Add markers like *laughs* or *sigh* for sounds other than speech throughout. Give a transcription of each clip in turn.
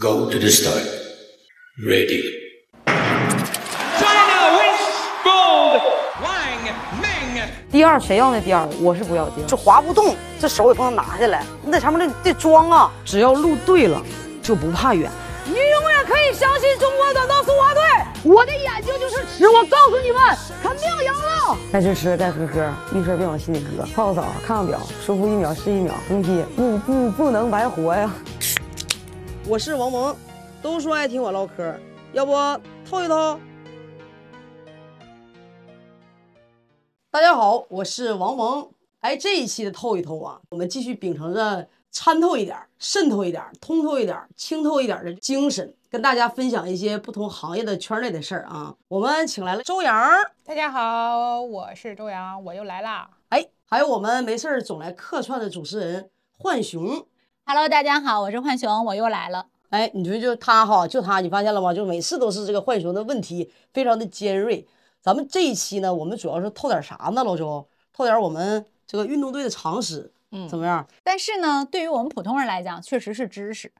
Go to the start. Ready. China wins gold. Wang Ming. 第二谁要那第二？我是不要第这二，滑不动，这手也不能拿下来，你在上面得得装啊。只要路对了，就不怕远。你永远可以相信中国短道速滑队，我的眼睛就是尺，我告诉你们，肯定赢了。该吃吃，该喝喝，遇事别往心里搁。泡个澡，啊看看表，舒服一秒是一秒，登梯不不不能白活呀。 *laughs* 我是王蒙，都说爱听我唠嗑，要不透一透？大家好，我是王蒙。哎，这一期的透一透啊，我们继续秉承着参透一点儿、渗透一点儿、通透一点儿、清透一点儿的精神，跟大家分享一些不同行业的圈内的事儿啊。我们请来了周洋儿，大家好，我是周洋，我又来啦。哎，还有我们没事儿总来客串的主持人浣熊， Hello，大家好，我是浣熊，我又来了。哎，你说就他哈，就他，你发现了吗？就每次都是这个浣熊的问题非常的尖锐。咱们这一期呢，我们主要是透点啥呢，老周？透点我们这个运动队的常识，嗯怎么样？但是呢，对于我们普通人来讲，确实是知识，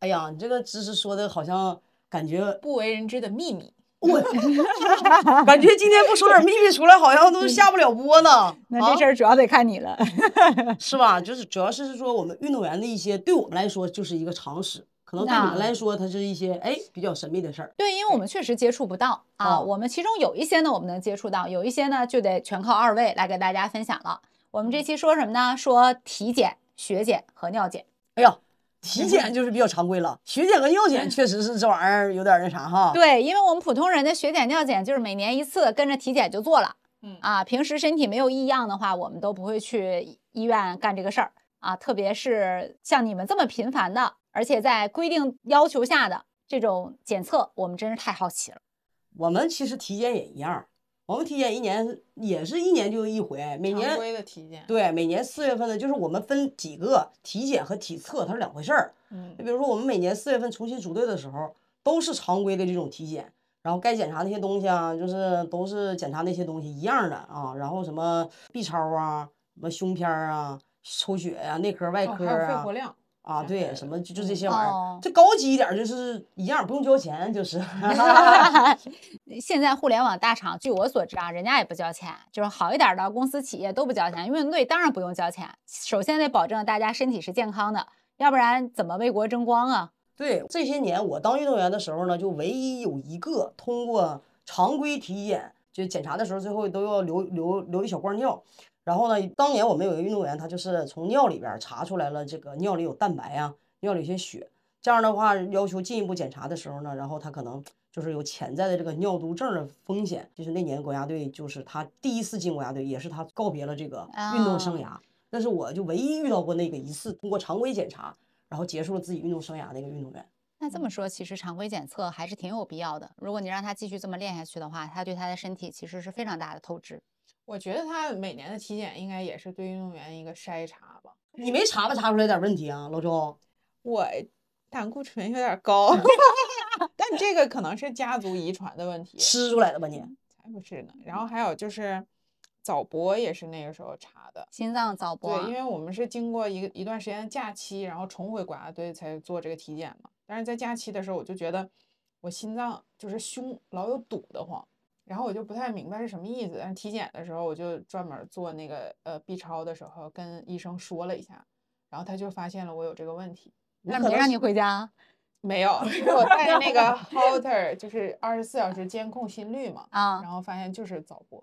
哎呀，你这个知识说的好像 *laughs* 感觉，不为人知的秘密，啊感觉今天不说点秘密出来，好像 *laughs* 都下不了播呢。嗯那啊这事儿主要得看你了。是吧？就是主要是是说我们运动员的一些，对我们来说就是一个常识，可能对你们那来说，它是一些哎比较神秘的事儿。 *laughs* 对，因为我们确实接触不到啊。哦我们其中有一些呢，我们能接触到；有一些呢，就得全靠二位来给大家分享了。我们这期说什么呢？说体检、血检和尿检。哎呀，嗯体检就是比较常规了，血检和尿检确实是这玩意儿有点那啥哈。对，因为我们普通人的血检、尿检就是每年一次，跟着体检就做了。嗯啊，平时身体没有异样的话，我们都不会去医院干这个事儿啊。特别是像你们这么频繁的，而且在规定要求下的这种检测，我们真是太好奇了。我们其实体检也一样，我们体检一年也是一年就一回，每常年规的体检。对每年四月份的，就是我们分几个体检和体测，它是两回事儿。嗯就比如说我们每年四月份重新组队的时候，都是常规的这种体检，然后该检查那些东西啊，就是都是检查那些东西一样的啊，然后什么 B 超啊，什么胸片儿啊，抽血呀、内科外哦科还有肺啊活。量，啊，啥之类对，的什么就就嗯这些玩意儿哦，这 *laughs* 高级一点儿就是一样，不用交 *laughs* 钱，就是 *laughs* *laughs* 现在互联网大厂，据我所知啊，人家也不交钱，就是好一点的公司企业都不交钱，运动队当然不用交钱。首先得保证大家身体是健康的，要不然怎么为国争光啊？对，这些年我当运动员的时候呢，就唯一有一个通过常规体检，就检查的时候最后都要留留留一小罐尿。然后呢，当年我们有一个运动员，他就是从尿里边儿查出来了这个尿里有蛋白啊，尿里有些血。这样的话，要求进一步检查的时候呢，然后他可能就是有潜在的这个尿毒症的风险。就是那年国家队，就是他第一次进国家队，也是他告别了这个运动生啊涯。那是我就唯一遇到过那个一次通过常规检查，然后结束了自己运动生涯的一个运动员。那这么说，其实常规检测还是挺有必要的。如果你让他继续这么练下去的话，他对他的身体其实是非常大的透支。我觉得他每年的体检应该也是对运动员一个筛查吧。你没查吧？查出来点问题啊，老周。我胆固醇有点 *laughs* 高，但这个可能是家族遗传的问题，吃出来的吧你？嗯才不是呢。然后还有就是早搏也是那个时候查的，心脏早搏对，啊因，为我们是经过一个一段时间的假期，然后重回国家队才做这个体检嘛。但是在假期的时候，我就觉得我心脏就是胸老有堵得慌，然后我就不太明白是什么意思。但是体检的时候，我就专门儿做那个呃 B 超的时候跟医生说了一下，然后他就发现了我有这个问题。那可没能让是你回家，没有， *laughs* 是我带那个 Halter，就是二十四小时监控心率嘛，啊然后发现就是早搏。哎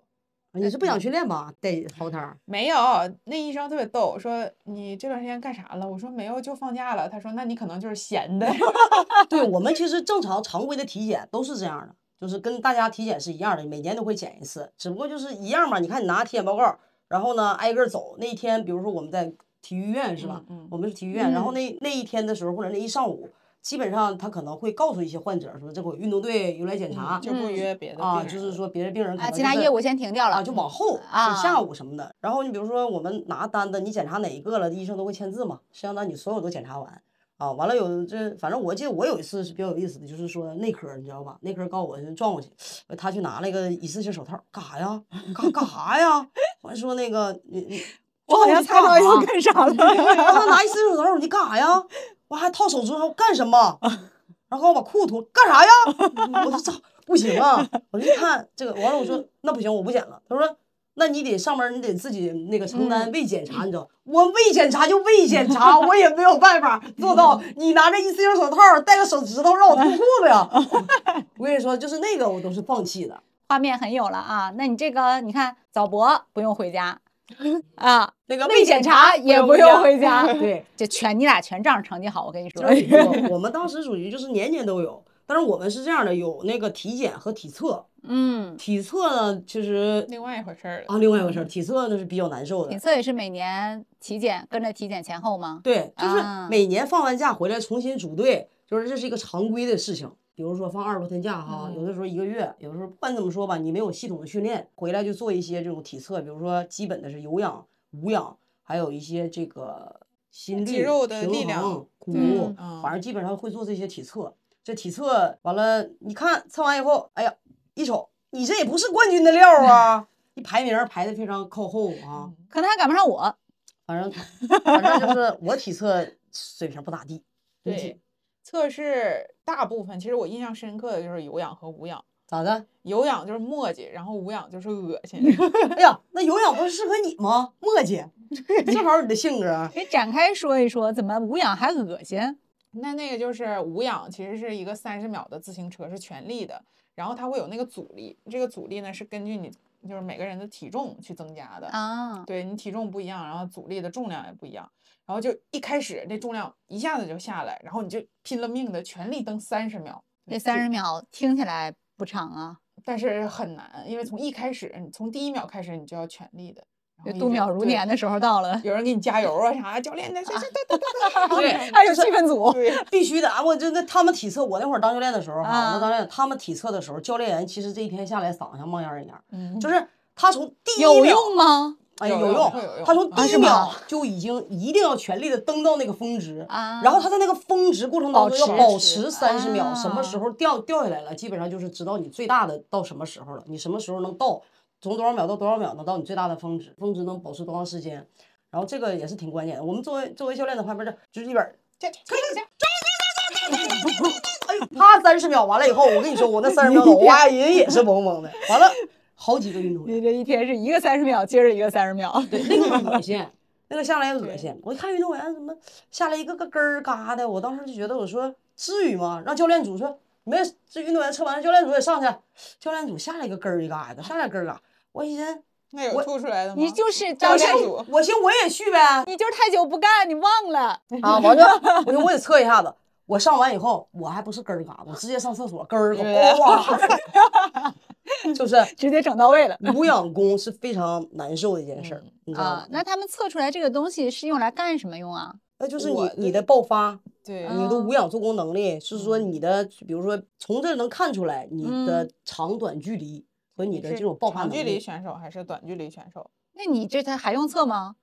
你是不呃想训练吧？得好摊儿。没有，那医生特别逗，说你这段时间干啥了？我说没有，就放假了。他说那你可能就是闲的。 *laughs* 对我们其实正常常规的体检都是这样的，就是跟大家体检是一样的，每年都会检一次，只不过就是一样嘛。你看你拿体检报告，然后呢挨个儿走。那一天，比如说我们在体育院是吧？嗯嗯我们是体育院，然后那那一天的时候或者那一上午，基本上他可能会告诉一些患者说，这会儿运动队又来检查、就不嗯约别的啊，病就是人说别的病人可啊，能其就他是业务先停掉了啊，就往后啊就下午什么的。然后你比如说我们拿单子，你检查哪一个了，医生都会签字嘛，相当于你所有都检查完啊。完了有这，反正我记得我有一次是比较有意思的，就是说内科，你知道吧？内科告我撞过去，呃他去拿了一个一次性手套，干啥呀？ *laughs* 干干啥呀？ *laughs* 完说那个你你。 *laughs* 我好像猜到要啊干啥了。然后他拿一次性手套，你干啥呀？我还套手镯，还干什么？然后把裤脱，干啥呀？ *laughs* 我说操，不行啊！我一看这个，完了我说那不行，我不剪了。他说。那你得上班，你得自己那个承嗯担未检查，你知道？我未检查就未检查，我也没有 *laughs* 办法做到。你拿着一次性手套，戴个手指头让我脱裤 *laughs* 子呀！我跟你说，就是那个我都是放弃的。画面很有了啊。那你这个你看早搏不用回 *laughs* 家啊，那个未检查也不用回家，对，就全你俩全仗成绩好，我跟你说。 *laughs* 就是我我们当时属于就是年年都有，但是我们是这样的，有那个体检和体测。嗯，体测呢，其实另外一嗯回事儿了。啊，另外一回事儿，体测那是比较难受体的。测也是每年体检跟着体检前后吗？对，就是啊每年放完假回来重新组队，就是这是一个常规的事情。比如说放二十多天假哈，有的时候一个月，有的时候不管怎么说吧，你没有系统的训练，回来就做一些这种体测，比如说基本的是有氧、无氧，还有一些这个心率、肌肉的平力量衡鼓对舞，嗯反正基本上会做这些体测。这体测完了，你看测完以后，哎呀，一瞅你这也不是冠军的料啊， *laughs* 你排名排的非常靠后啊。可能还赶不上我。反正嗯反正就是我体测水平不咋地，对不起对，测试大部分其实我印象深刻的就是有氧和无氧，咋的？有氧就是墨迹，然后无氧就是恶心。 *laughs* 哎呀，那有氧不是适合你吗？墨迹，正好你的性格啊。给展开说一说，怎么无氧还恶心？那那个就是无氧，其实是一个三十秒的自行车，是全力的，然后它会有那个阻力，这个阻力呢是根据你就是每个人的体重去增加的。啊，对你体重不一样，然后阻力的重量也不一样，然后就一开始这重量一下子就下来，然后你就拼了命的全力蹬三十秒，这就三十，秒听起来不长啊，但是很难，因为从一开始，你从第一秒开始你就要全力的，然就后一度直秒如对年的时候到了。有人给你加油啊啥，*laughs* 教练的，谁谁对对对，还有气氛组，对对，必须的啊！我这那他们体测，我那会儿当教练的时候哈，啊我当教练，他们体测的时候，教练员其实这一天下来嗓子像冒烟儿一样，嗯就是他从第一有秒用吗？哎，有有用用会有，他用从啊第一是吗秒就已经一定要全力的蹬到那个峰值啊然后他在那个峰值过程当中要保保持持三十秒，什么啊时候掉掉下来了，基本上就是知道你最大的到什么时候了，你什么时候能到，从多少秒到多少秒能到你最大的峰值，峰值能保持多长时间，然后这个也是挺关键的。我们作为作为教练的旁边这就是一本儿，加加加哎呦，啪三十秒完了以后，我跟你说，我那三十秒脑瓜人也是嗡嗡的，完了好几个运动员。你这一天是一个三十秒，接着一个三十秒，对， *laughs* 那个恶心，那个下来恶心。我一看运动员怎么下来一个个根儿嘎的，我当时就觉得我说至于吗？让教练组说没有这运动员测完，教练组也上去，教练组下来一个根儿一嘎的，下来根儿嘎。我一寻，那有我吐出来的吗？你就是教当时练我组我寻我也去呗你就是太久不干，你忘了。啊！我就我就我得测一下子。我上完以后，我还不是根儿嘎，我直接上厕所根儿嘎，哇，啊 *laughs* 就是直接整到位了无氧功是非常难受的一件事儿，你知道啊吗！？那他们测出来这个东西是用来干什么用啊？那就是我你你的的爆发，对嗯你的无氧做工能力，是说嗯你的，比如说从这儿能看出来你的长短距离和你的是这种爆嗯长发能距离力。选手还是短距离选手？那你这他还用测吗？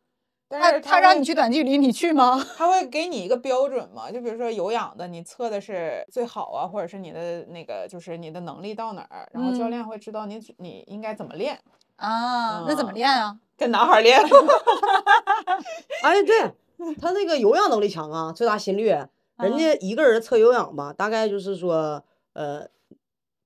但他是他让会你去，短距离，你去吗？他会给你一个标准嘛？就比如说有氧的，你测的是最好啊，或者是你的那个就是你的能力到哪儿，然后教嗯练会知道你你应该怎么练，啊，那怎么嗯练啊？跟男孩儿练。哎，对，他那个有氧能力强啊，最大心率，人嗯家一个人测有氧吧，大概就是说，呃，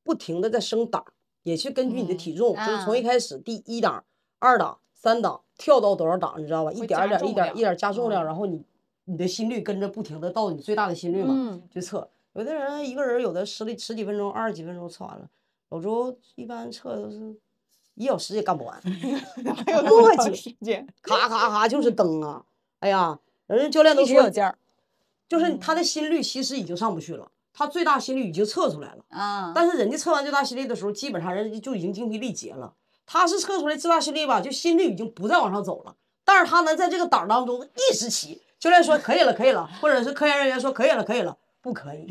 不停的在升档，也是根据你的嗯体重，就是从一啊开始第一档、二档、三档跳到多少档，你知道吧？一会点儿加一点儿一重点儿一量点儿加重量，嗯然后你你的心率跟着不停的到你最大的心率嘛。嗯，就测。有的人一个人有的十里十几分钟、二十几分钟测完了，老周一般测都是一小时也干 *laughs* 不完，还有磨多长叽时间？咔咔咔就是蹬啊！哎呀，人家教练都一直说有，嗯劲儿就是他的心率其实已经上不去了，他最大心率已经测出来了，啊。但是人家测完最大心率的时候，基本上人家就已经精疲力竭了。他是测出来最大心率吧，就心率已经不再往上走了，但是他能在这个档儿当中一直骑。教练说可以了，可以了，或者是科研人员说可以了，可以了，不 *laughs* 可以，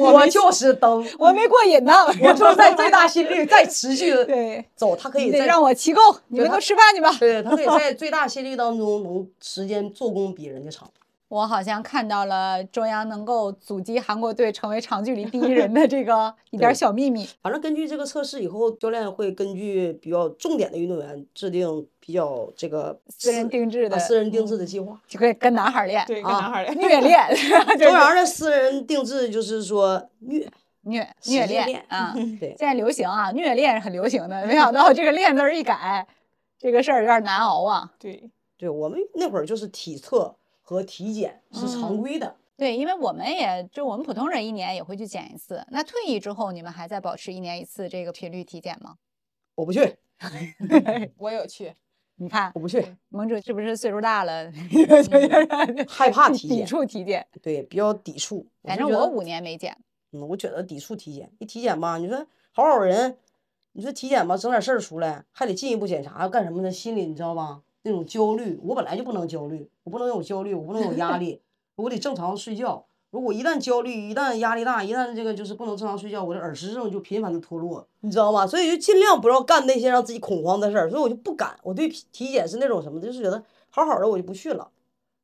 我就是蹬。我还没过瘾呢， *laughs* 我就是 *laughs* 在最大心率再持续地对，走，它可以你得在让我骑够，你们他都吃饭去吧。对，它可以在最大心率当中能时间做工比人家长。我好像看到了中央能够阻击韩国队成为长距离第一人的这 *laughs* 个一点对小秘密。反正根据这个测试以后，教练会根据比较重点的运动员制定比较这个私人定制啊的，私人定制的计划。就可以跟男孩儿练，对，跟啊男孩儿练， *laughs* 虐 *laughs* 恋， *laughs* 就周是洋的私人定制就是说虐，虐使虐劲恋练 *laughs* 啊。对现在流行啊，虐恋是很流行的，没想到这个“恋”字儿一改，这个事儿有点难熬啊。对，对，我们那会儿就是体测和体检是常嗯规的，对，因为我们也就我们普通人一年也会去检一次。那退役之后，你们还在保持一年一次这个频率体检吗？我不去，我有去，你看我不去，盟主是不是岁数大了，嗯 *laughs* 害怕体抵检触体检？对，比较抵触。反就正觉我得五年没检，嗯，我觉得抵触体检，一体检吧，你说好好人，你说体检吧，整点事儿出来，还得进一步检查，干什么呢？心里你知道吧？那种焦虑，我本来就不能焦虑，我不能有焦虑，我不能有压力，我得正常睡觉。如果一旦焦虑，一旦压力大，一旦这个就是不能正常睡觉，我的耳石症就频繁的脱落，你知道吗？所以就尽量不要干那些让自己恐慌的事儿，所以我就不敢。我对体体检是那种什么，就是觉得好好的我就不去了。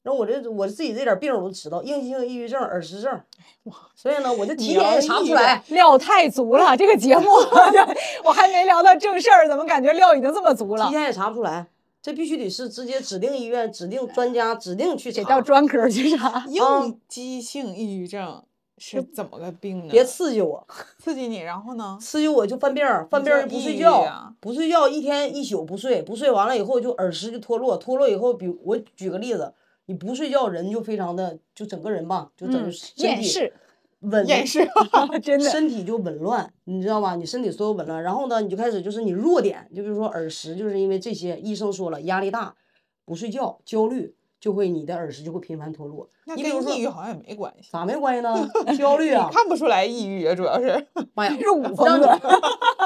然后我这我自己这点病儿我都知道，应激性抑郁症、耳石症，所以呢，我这体检也查不出来。，料太足了。这个节 *laughs* 目我还没聊到正事儿，怎么感觉料已经这么足了提？前也查不出来，这必须得是直接指定医院、指定专家、指定去查得。到专科去查。嗯应激性抑郁症是怎么个病呢？别刺激我，刺激你，然后呢？刺激我就犯病儿，犯病就儿是不抑睡郁觉，啊不睡觉一天一宿不睡，不睡完了以后就耳石就脱落，脱落以后比，我举个例子，你不睡觉人就非常的，就整个人吧，就整 *laughs* 个嗯，身厌 *laughs* 体世，紊厌世，真的。身体就紊乱，你知道吗？你身体所有紊乱，然后呢，你就开始就是你弱点，就比如说耳石，就是因为这些，医生说了，压力大，不睡觉，焦虑，就会你的耳石就会频繁脱落。那你跟比如说抑郁好像也没关系，咋没关系呢？焦 *laughs* 虑你啊！看不出来抑郁啊，主要是 *laughs* 妈呀，是五让风你的，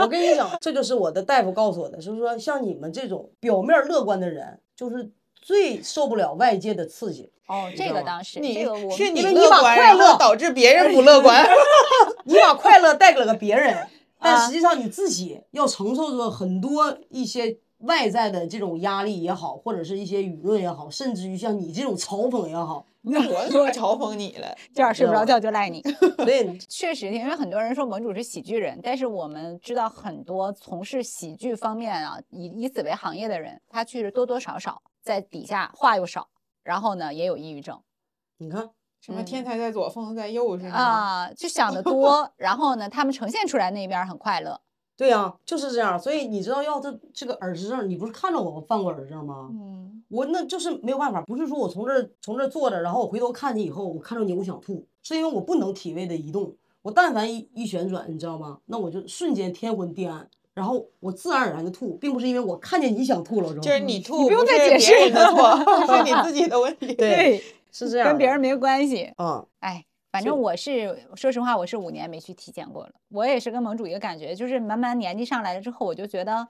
我跟你讲，这就是我的大夫告诉我的，就是说像你们这种表面乐观的人，就是最受不了外界的刺激。哦，这个当时，你这个我是你因为乐你把观，快然后乐导致别人不乐观。 *laughs* 你把快乐带给了别人，啊但实际上你自己要承受着很多一些外在的这种压力也好，或者是一些舆论也好，甚至于像你这种嘲讽也好， *laughs* 我 *laughs* 说嘲讽你了，这样睡不着知道觉就赖你。所以 *laughs* 确实，因为很多人说盟主是喜剧人，但是我们知道很多从事喜剧方面啊，以以此为行业的人，他确实多多少少在底下话又少，然后呢也有抑郁症你看，什么嗯天才在左，疯子在右似的吗。啊、就想的多，然后呢他们呈现出来那边儿很快乐，对呀、就是这样。所以你知道，要这这个耳石症，你不是看着我犯过耳石症吗？嗯，我那就是没有办法，不是说我从这儿从这儿坐着，然后我回头看你以后，我看着你我想吐，是因为我不能体位的移动，我但凡一一旋转，你知道吗？那我就瞬间天昏地暗，然后我自然而然的吐，并不是因为我看见你想吐了，就是你吐，不用再解释别人的了错，是 *laughs* 你自己的问题。对，是这样的，跟别人没关系。啊，哎，反正我是说实话，我是五年没去体检过了。我也是跟盟主一个感觉，就是慢慢年纪上来了之后，我就觉得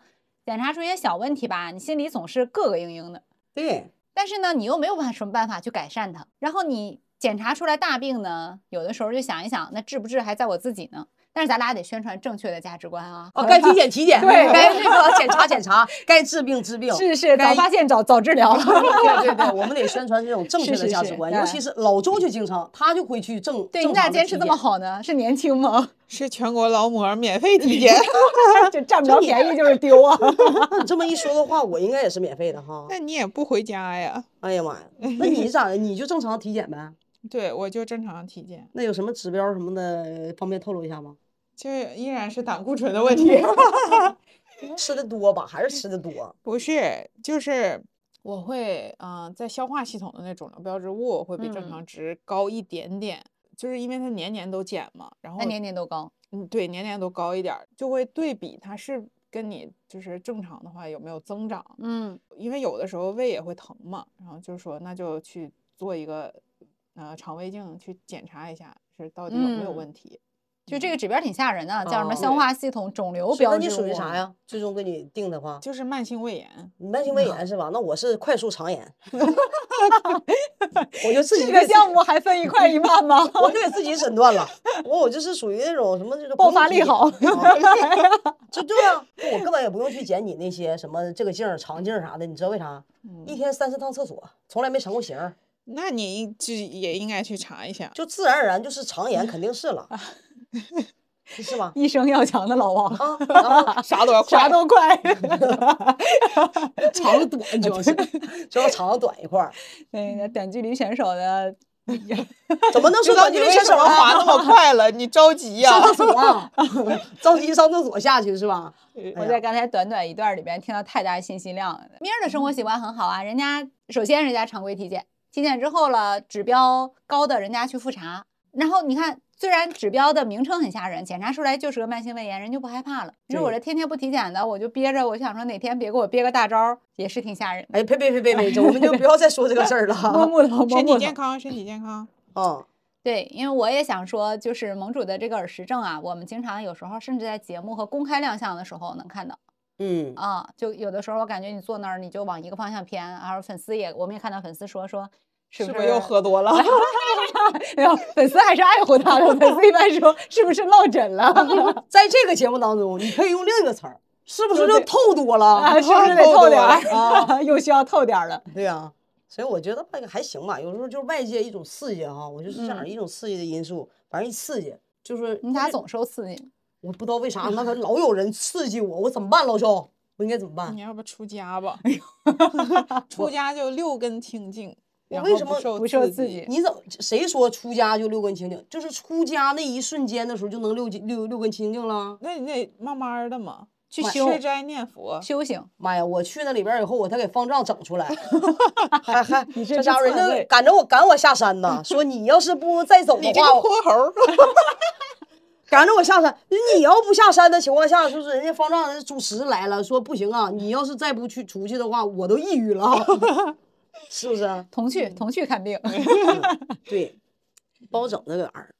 检查出一些小问题吧，你心里总是膈膈应应的。 *laughs* 对，但是呢，你又没有办什么办法去改善它。然后你检查出来大病呢，有的时候就想一想，那治不治还在我自己呢。但是咱俩得宣传正确的价值观啊！啊，该体检体检，对该这个检查检查，该治病治病。是是，早该发现早早治 *laughs* 疗。对对对，我们得宣传这种正是确的是价是值观，对尤其是老周就经常，他就会去正。对，正你咋常地坚持体这么检？好呢？ *laughs* 是年轻吗？ *laughs* 是全国劳模免费 *laughs* 体检，就占不着便宜就是丢 *laughs* 啊！那你这么一说的话，我应该也是免费 *laughs* 的哈。那你也不回家呀？哎呀妈呀，那你咋的？你就正常体检呗？对，我就正常体检，那有什么指标什么的，方便透露一下吗？就是依然是胆固醇的问题。 *laughs* *laughs* 吃的多吧，还是吃的多？不是，就是我会，嗯、在消化系统的那肿瘤标志物会比正嗯常值高一点点，就是因为它年年都减嘛，然后那年年都高，嗯，对，年年都高一点儿，就会对比它是跟你就是正常的话有没有增长，嗯，因为有的时候胃也会疼嘛，然后就说那就去做一个呃肠胃镜去检查一下，是到底有没有问题。就这个指标挺吓人的，叫什么哦消化系统肿瘤那标你志属于物啊啥？呀？最终给你定的话，就是慢性胃炎，你慢性胃嗯炎是吧？那我是快速 *laughs* 肠炎，我就自己 *laughs* 这个给自项目还分一块一半吗？ *laughs* 我就给自己诊断了，我我就是属于那种什么这 *laughs* 个爆不用发体力 *laughs* 检好 *laughs* 啊就对啊，我根本也不用去检你嗯那些什么这个镜儿、肠镜儿啥的，你知道为啥？一天三四趟厕所，从来没成过形儿，那你就也应该去查一下。就自然而然就是肠炎肯定是了，*laughs* 是吧？医生要强的老王，啊，然 *laughs* 后啥都要快，啥都快。 *laughs* 肠短主要 *laughs* 是，主要肠短一块儿，那个短距离选手的 *laughs* 怎么能说知道短你距离为选什手么滑那啊？么快了，你着急呀、上厕所啊，着急上厕所下去是吧？我哎在呀刚才短短一段里边听到太大信息量了。明儿的嗯生活习惯很好啊，人家首先人家常规体检，体检之后了指标高的人家去复查，然后你看虽然指标的名称很吓人，检查出来就是个慢性胃炎，人就不害怕了。你说我这天天不体检的，我就憋着，我想说哪天别给我憋个大招儿，也是挺吓人的。哎，别别别别别，这我们就不要再说这个事儿了摸啊木头，摸身体木健头。康，身体健康。嗯。对，因为我也想说，就是盟主的这个耳石症啊，我们经常有时候甚至在节目和公开亮相的时候能看到。嗯，啊，就有的时候我感觉你坐那儿你就往一个方向偏，然后粉丝也，我们也看到粉丝说说，是是不不是又 *laughs* 喝多了？没有，粉丝还是爱护他的，粉丝一般说是不是落枕了 *laughs* 啊在这个节目当中，你可以用另一个词儿，是不是就透多了？ *laughs* *laughs* 啊，是不是得透透多点了啊？儿？又需要透点儿了。对呀、啊所以我觉得那个还行吧。有时候就是外界一种刺激哈，我就是这样一种刺激的因素，反正一刺激就嗯是嗯你咋总受刺激？我不知道 *laughs* 为啥，那个老有人刺激我，我怎么办，老肖？我应该怎么办嗯你？要不出家吧？哎出家就六根清净，我然为后什不么受不受刺刺激？你怎么谁说出家就六根清净？就是出家那一瞬间的时候就能六斤六六根清净了。那你得慢慢的嘛，去吃修斋念佛。修行，妈呀！我去那里边儿以后，我才给方丈整出 *laughs* 来，还还你这这家伙是人篡家位赶着我赶我下山呢，说你要是不再走的你这话，哦个我泼猴儿， *laughs* 赶着我下山。你要不下山的情况下，就是人家方丈人主持来了，说不行啊，你要是再不去出去的话，我都抑郁了 *laughs* 啊，是不是啊？同去嗯同去看病。 *laughs* 对，不好整那个玩意儿，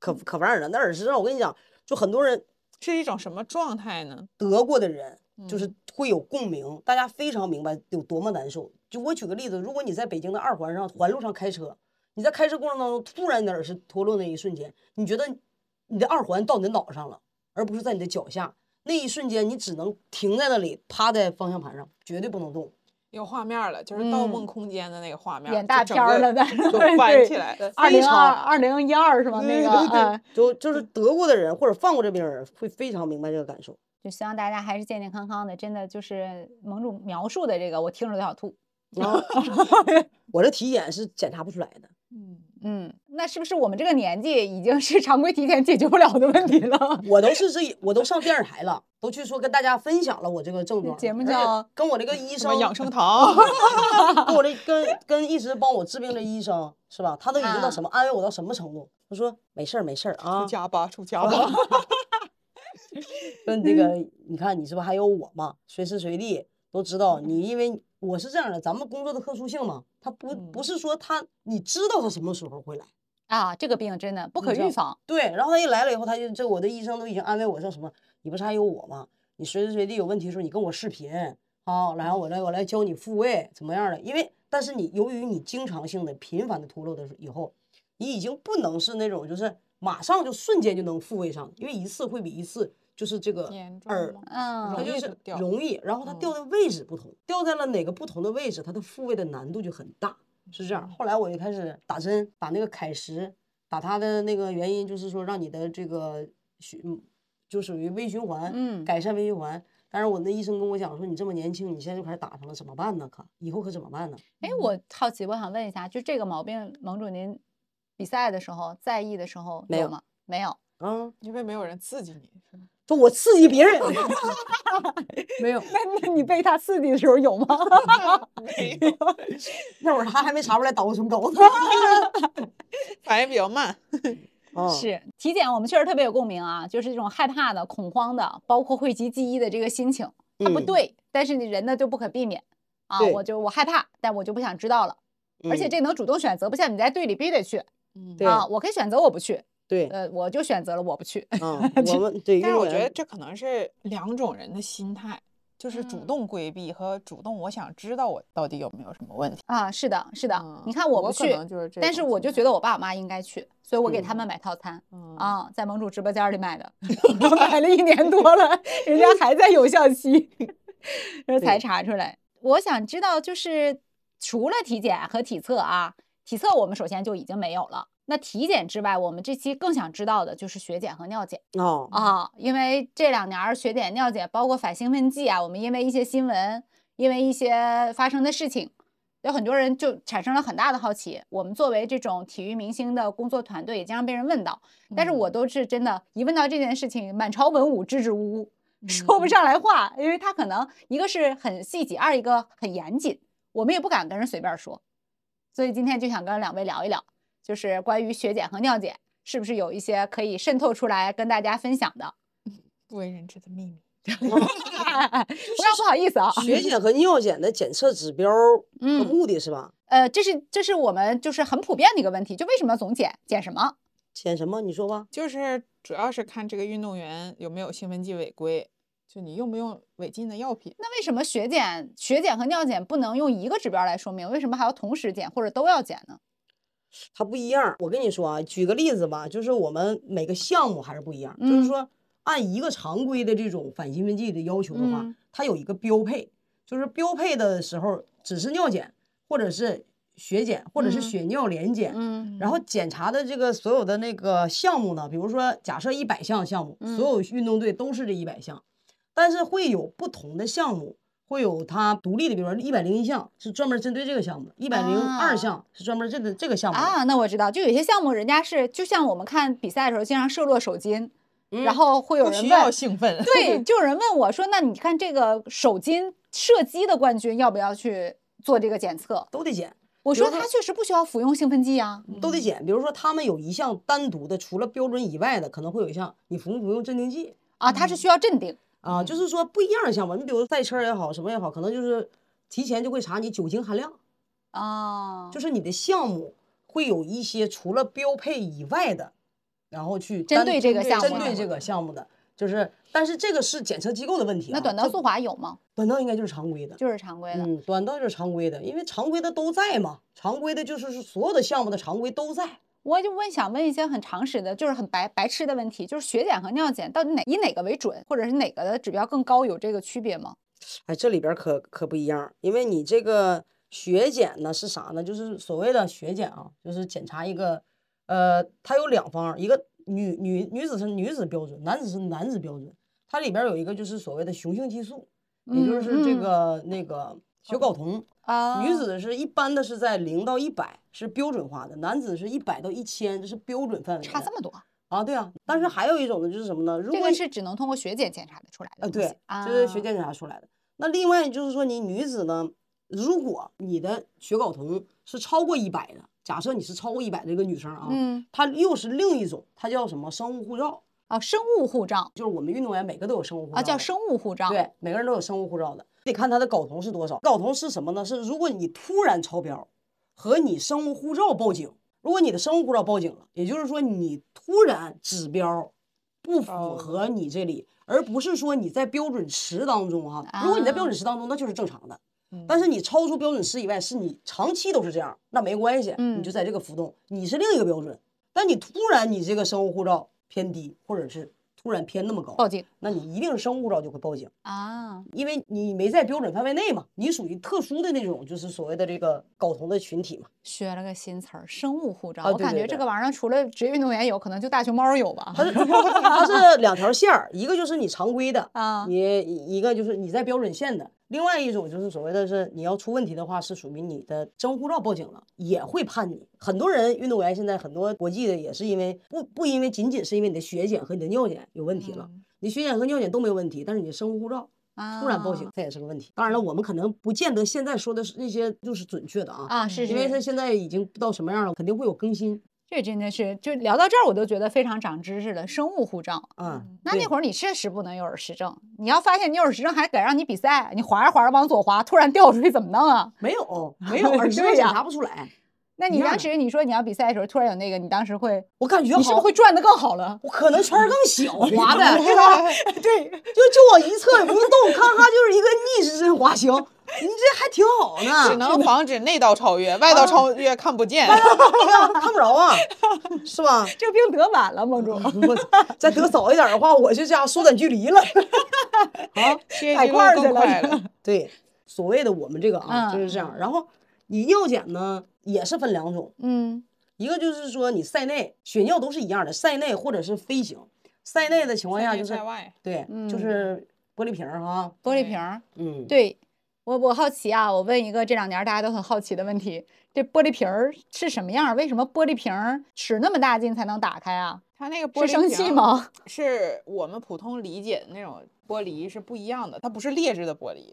可可玩意儿了。那耳石症，我跟你讲，就很多人是一种什么状态呢？得过的人，就是会有共鸣，大家非常明白有多么难受。就我举个例子，如果你在北京的二环上环路上开车，你在开车过程当中突然你的耳石脱落那一瞬间，你觉得你的二环到你的脑上了，而不是在你的脚下。那一瞬间，你只能停在那里，趴在方向盘上，绝对不能动。有画面儿了，就是《盗梦嗯空间》的那个画面儿，演就大整片儿个了的就对翻起来的。二非零常二二零一二是吧？那对个，对对嗯，就就是得过的人或者犯过这病的人，会非常明白这个感受。就希望大家还是健健康康的。真的就是盟主描述的这个，我听着都想吐。然后 *laughs* 我这体检是检查不出来的，嗯，嗯，那是不是我们这个年纪已经是常规体检解决不了的问题了？ *laughs* *laughs* 我都是这，我都上电视台了，都去说跟大家分享了我这个症状。节目而且叫跟我这个医什么生，养生堂， *laughs* *laughs* 跟我这跟跟一直帮我治病的医生是吧？他都已经到什么安慰我到什么程度？他说没事儿没事儿啊出，家吧，出家吧。 *laughs* 说你这个你看你是不是还有我嘛？随时随地都知道你，因为我是这样的，咱们工作的特殊性嘛，他不不是说他你知道他什么时候会来。啊，这个病真的不你可知道预防。对，然后他一来了以后，他就这我的医生都已经安慰我说什么，你不是还有我吗？你随时随地有问题的时候，你跟我视频啊，然后我来我来教你复位怎么样的？因为但是你由于你经常性的频繁的脱落的时候以后，你已经不能是那种就是马上就瞬间就能复位上，因为一次会比一次就是这个严重耳吗。嗯，它容就易是掉嗯容易，然后它掉的位置不同，掉在了哪个不同的位置，它的复位的难度就很大，是这样。嗯后来我就开始打针，打那个凯石，打它的那个原因就是说让你的这个循，嗯就属于微循环，嗯改善微循环。但是我那医生跟我讲说，你这么年轻，你现在就开始打上了，怎么办呢？可以后可怎么办呢？哎，我好奇，我想问一下，就这个毛病，盟主您比赛的时候在意的时候没有吗？没 *laughs* 有，啊，因为没有人刺激你，是吗说我刺激别人， *laughs* 没 *laughs* 有，那那你被他刺激的时候有吗？ *laughs* *laughs* 没有，那会儿他还没查出来胆固醇高呢。 *laughs* 反应比较慢。啊，是体检，我们确实特别有共鸣啊，就是这种害怕的、恐慌的，包括讳疾忌医的这个心情，它不嗯对，但是你人呢就不可避免啊，对我就我害怕，但我就不想知道了，而且嗯这能主动选择，不像你在队里必须得去嗯，对啊，我可以选择我不去，对呃，我就选择了我不去，啊， *laughs* 我们对，但是运动我觉员得这可能是两种人的心态，就是主嗯动规避和主动我想知道我到底有没有什么问题。啊，是的，是的，嗯你看我不可去，能就是这但是种我心就觉得我爸我妈应该去，所以我给他嗯们买套餐嗯，啊、在盟主直播间里买 *laughs* 的，我买了一年多了，人家还在有效期，这才对查出来。我想知道，就是除了体检和体测啊，体测我们首先就已经没有了。那体检之外，我们这期更想知道的就是血检和尿检哦，啊、因为这两年儿血检、尿检，包括反兴奋剂啊，我们因为一些新闻，因为一些发生的事情，有很多人就产生了很大的好奇。我们作为这种体育明星的工作团队，也经常被人问到，但是我都是真的，一问到这件事情，满朝文武支支吾吾，说不嗯上来话，因为他可能一个是很细节，二一个很严谨，我们也不敢跟人随便说。所以今天就想跟两位聊一聊，就是关于血检和尿检是不是有一些可以渗透出来跟大家分享的。 *laughs* 不为人知的秘密。不要不好意思啊，血检和尿检的检测指标和嗯，目的是吧？呃，这是这是我们就是很普遍的一个问题，就为什么要总检检什么？检什么？你说吧。 *laughs* 就是主要是看这个运动员有没有兴奋剂违规，就你用不用违禁的药品。那为什么血检、血检和尿检不能用一个指标来说明？为什么还要同时检或者都要检呢？它不一样儿。我跟你说啊，举个例子吧，就是我们每个项目还是不一样儿，就嗯是说按一个常规的这种反兴奋剂的要求的话，嗯它有一个标配，就是标配的时候只是尿检，或者是血检，或者是嗯血尿联检。嗯然后检查的这个所有的那个项目呢，比如说假设一百项项目，嗯所有运动队都是这一百项，但是会有不同的项目，会有它独立的，比如说一百零一项是专门针对这个项目的，一百零啊二项是专门这个这个项目的。啊，那我知道，就有些项目人家是就像我们看比赛的时候经常射落手巾，然嗯后会有不人需问，要兴奋， *laughs* *laughs* 对，就有人问我说，那你看这个手巾射击的冠军要不要去做这个检测？都得检，我比如说他说确实不需要服用兴奋剂啊，都得检。比如说，他们有一项单独的，除了标准以外的，可能会有一项你服不服用镇定剂啊，他嗯是需要镇定。啊，就是说不一样的项目。你比如赛车也好，什么也好，可能就是提前就会查你酒精含量，啊，就是你的项目会有一些除了标配以外的，然后去针单对这个项目针对这个项目的。就是，但是这个是检测机构的问题、啊。那短道这速滑有吗？短道应该就是常规的，就是常规的。嗯，短道就是常规的，因为常规的都在嘛，常规的就是是所有的项目的常规都在。我就问想问一些很常识的，就是很白白痴的问题，就是血检和尿检到底哪以哪个为准，或者是哪个的指标更高，有这个区别吗？哎，这里边儿可可不一样儿，因为你这个血检呢是啥呢？就是所谓的血检啊，就是检查一个，呃，它有两方儿，一个女女女子是女子标准，男子是男子标准。它里边儿有一个就是所谓的雄性激素，也就嗯是这嗯个、那个血睾酮。啊，女子是一般的是在零到一百是标准化的，男子是一百到一千，这是标准范围的。差这么多，啊？对啊。但是还有一种呢，就是什么呢？如这果个你是只能通过血检检查的出来的啊，东西。对，这是啊血检查出来的。那另外就是说，你女子呢，如果你的血睾酮是超过一百的，假设你是超过一百的一个女生啊，嗯，它又是另一种，它叫什么生物护照，哦，生物护照就是我们运动员每个都有生物护照啊，叫的生物护照。，哦对，每个人都有生物护照的，得看他的睾酮是多少。睾酮是什么呢？是如果你突然超标，和你生物护照报警，如果你的生物护照报警了，也就是说你突然指标不符哦合你这里，而不是说你在标准池当中哈、如果你在标啊嗯准池当中，那就是正常的。嗯 *laughs* 但是你超出标准池以外，是你长期都是这样，那没关系，你就嗯在这个浮动，你是另一个标准。但你突然你这个生物护照偏低，或者是突然偏那么高，报警那你一定是生物护照就会报警。啊，因为你没在标准范围内嘛，你属于特殊的那种，就是所谓的这个睾酮的群体嘛。学了个新词儿，生物护照。啊我对感对觉这对个玩意儿除了职业运动员有，可能就大熊猫有 *laughs* 吧。它是它是两条线儿，一个就是你常规的，啊，你一个就是你在标准线的，另外一种就是所谓的是你要出问题的话，是属于你的真护照报警了，也会判你。很多人运动员现在很多国际的也是因为不不因为仅仅是因为你的血检和你的尿检有问题了，嗯你血检和尿检都没有问题，但是你的生物护照啊突然报警，这也是个问题。当然了，我们可能不见得现在说的是那些就是准确的啊，啊，是因为它是，现在已经不知道什么样了，肯定会有更新这真的是，就聊到这儿，我都觉得非常长知识了。生物护照，啊。嗯那那对会儿你确实不能有耳实症，你要发现你有耳实症还敢让你比赛，你滑着滑着往左滑，突然掉出去怎么弄啊？，没有没有 *laughs* 耳对针检呀查不出来。那你一样当的时你说你要比赛的时候突然有那个，你当时会，我感觉你是不是好，会转的更好了？我可能圈儿更小滑滑呗呗，对 *laughs* 吧？对，就就往一侧也不用动，咔咔就是一个逆时针滑行，你这还挺好只呢。能防止内道超越，外道超越看不见。 *laughs* 啊对呀，看不着啊，是吧？ *laughs* 这个病得晚了，盟主。嗯我再得早一点的话，我就这样缩短距离了。 *laughs* 啊，世界摆纪录块儿去更了 *laughs* 快了，对，所谓的我们这个啊，就是这样。然后你尿检呢，也是分两种，嗯一个就是说你赛内血尿都是一样的，赛内或者是飞行。赛内的情况在下内就是在外，对，嗯就是玻璃瓶儿哈，玻璃对瓶儿。嗯，对我，我好奇啊，我问一个这两年儿大家都很好奇的问题：这玻璃瓶儿是什么样儿？为什么玻璃瓶儿使那么大劲才能打开啊？它那个玻是璃生瓶气儿吗？ *laughs* 是我们普通理解的那种玻璃是不一样的，它不是劣质的玻璃。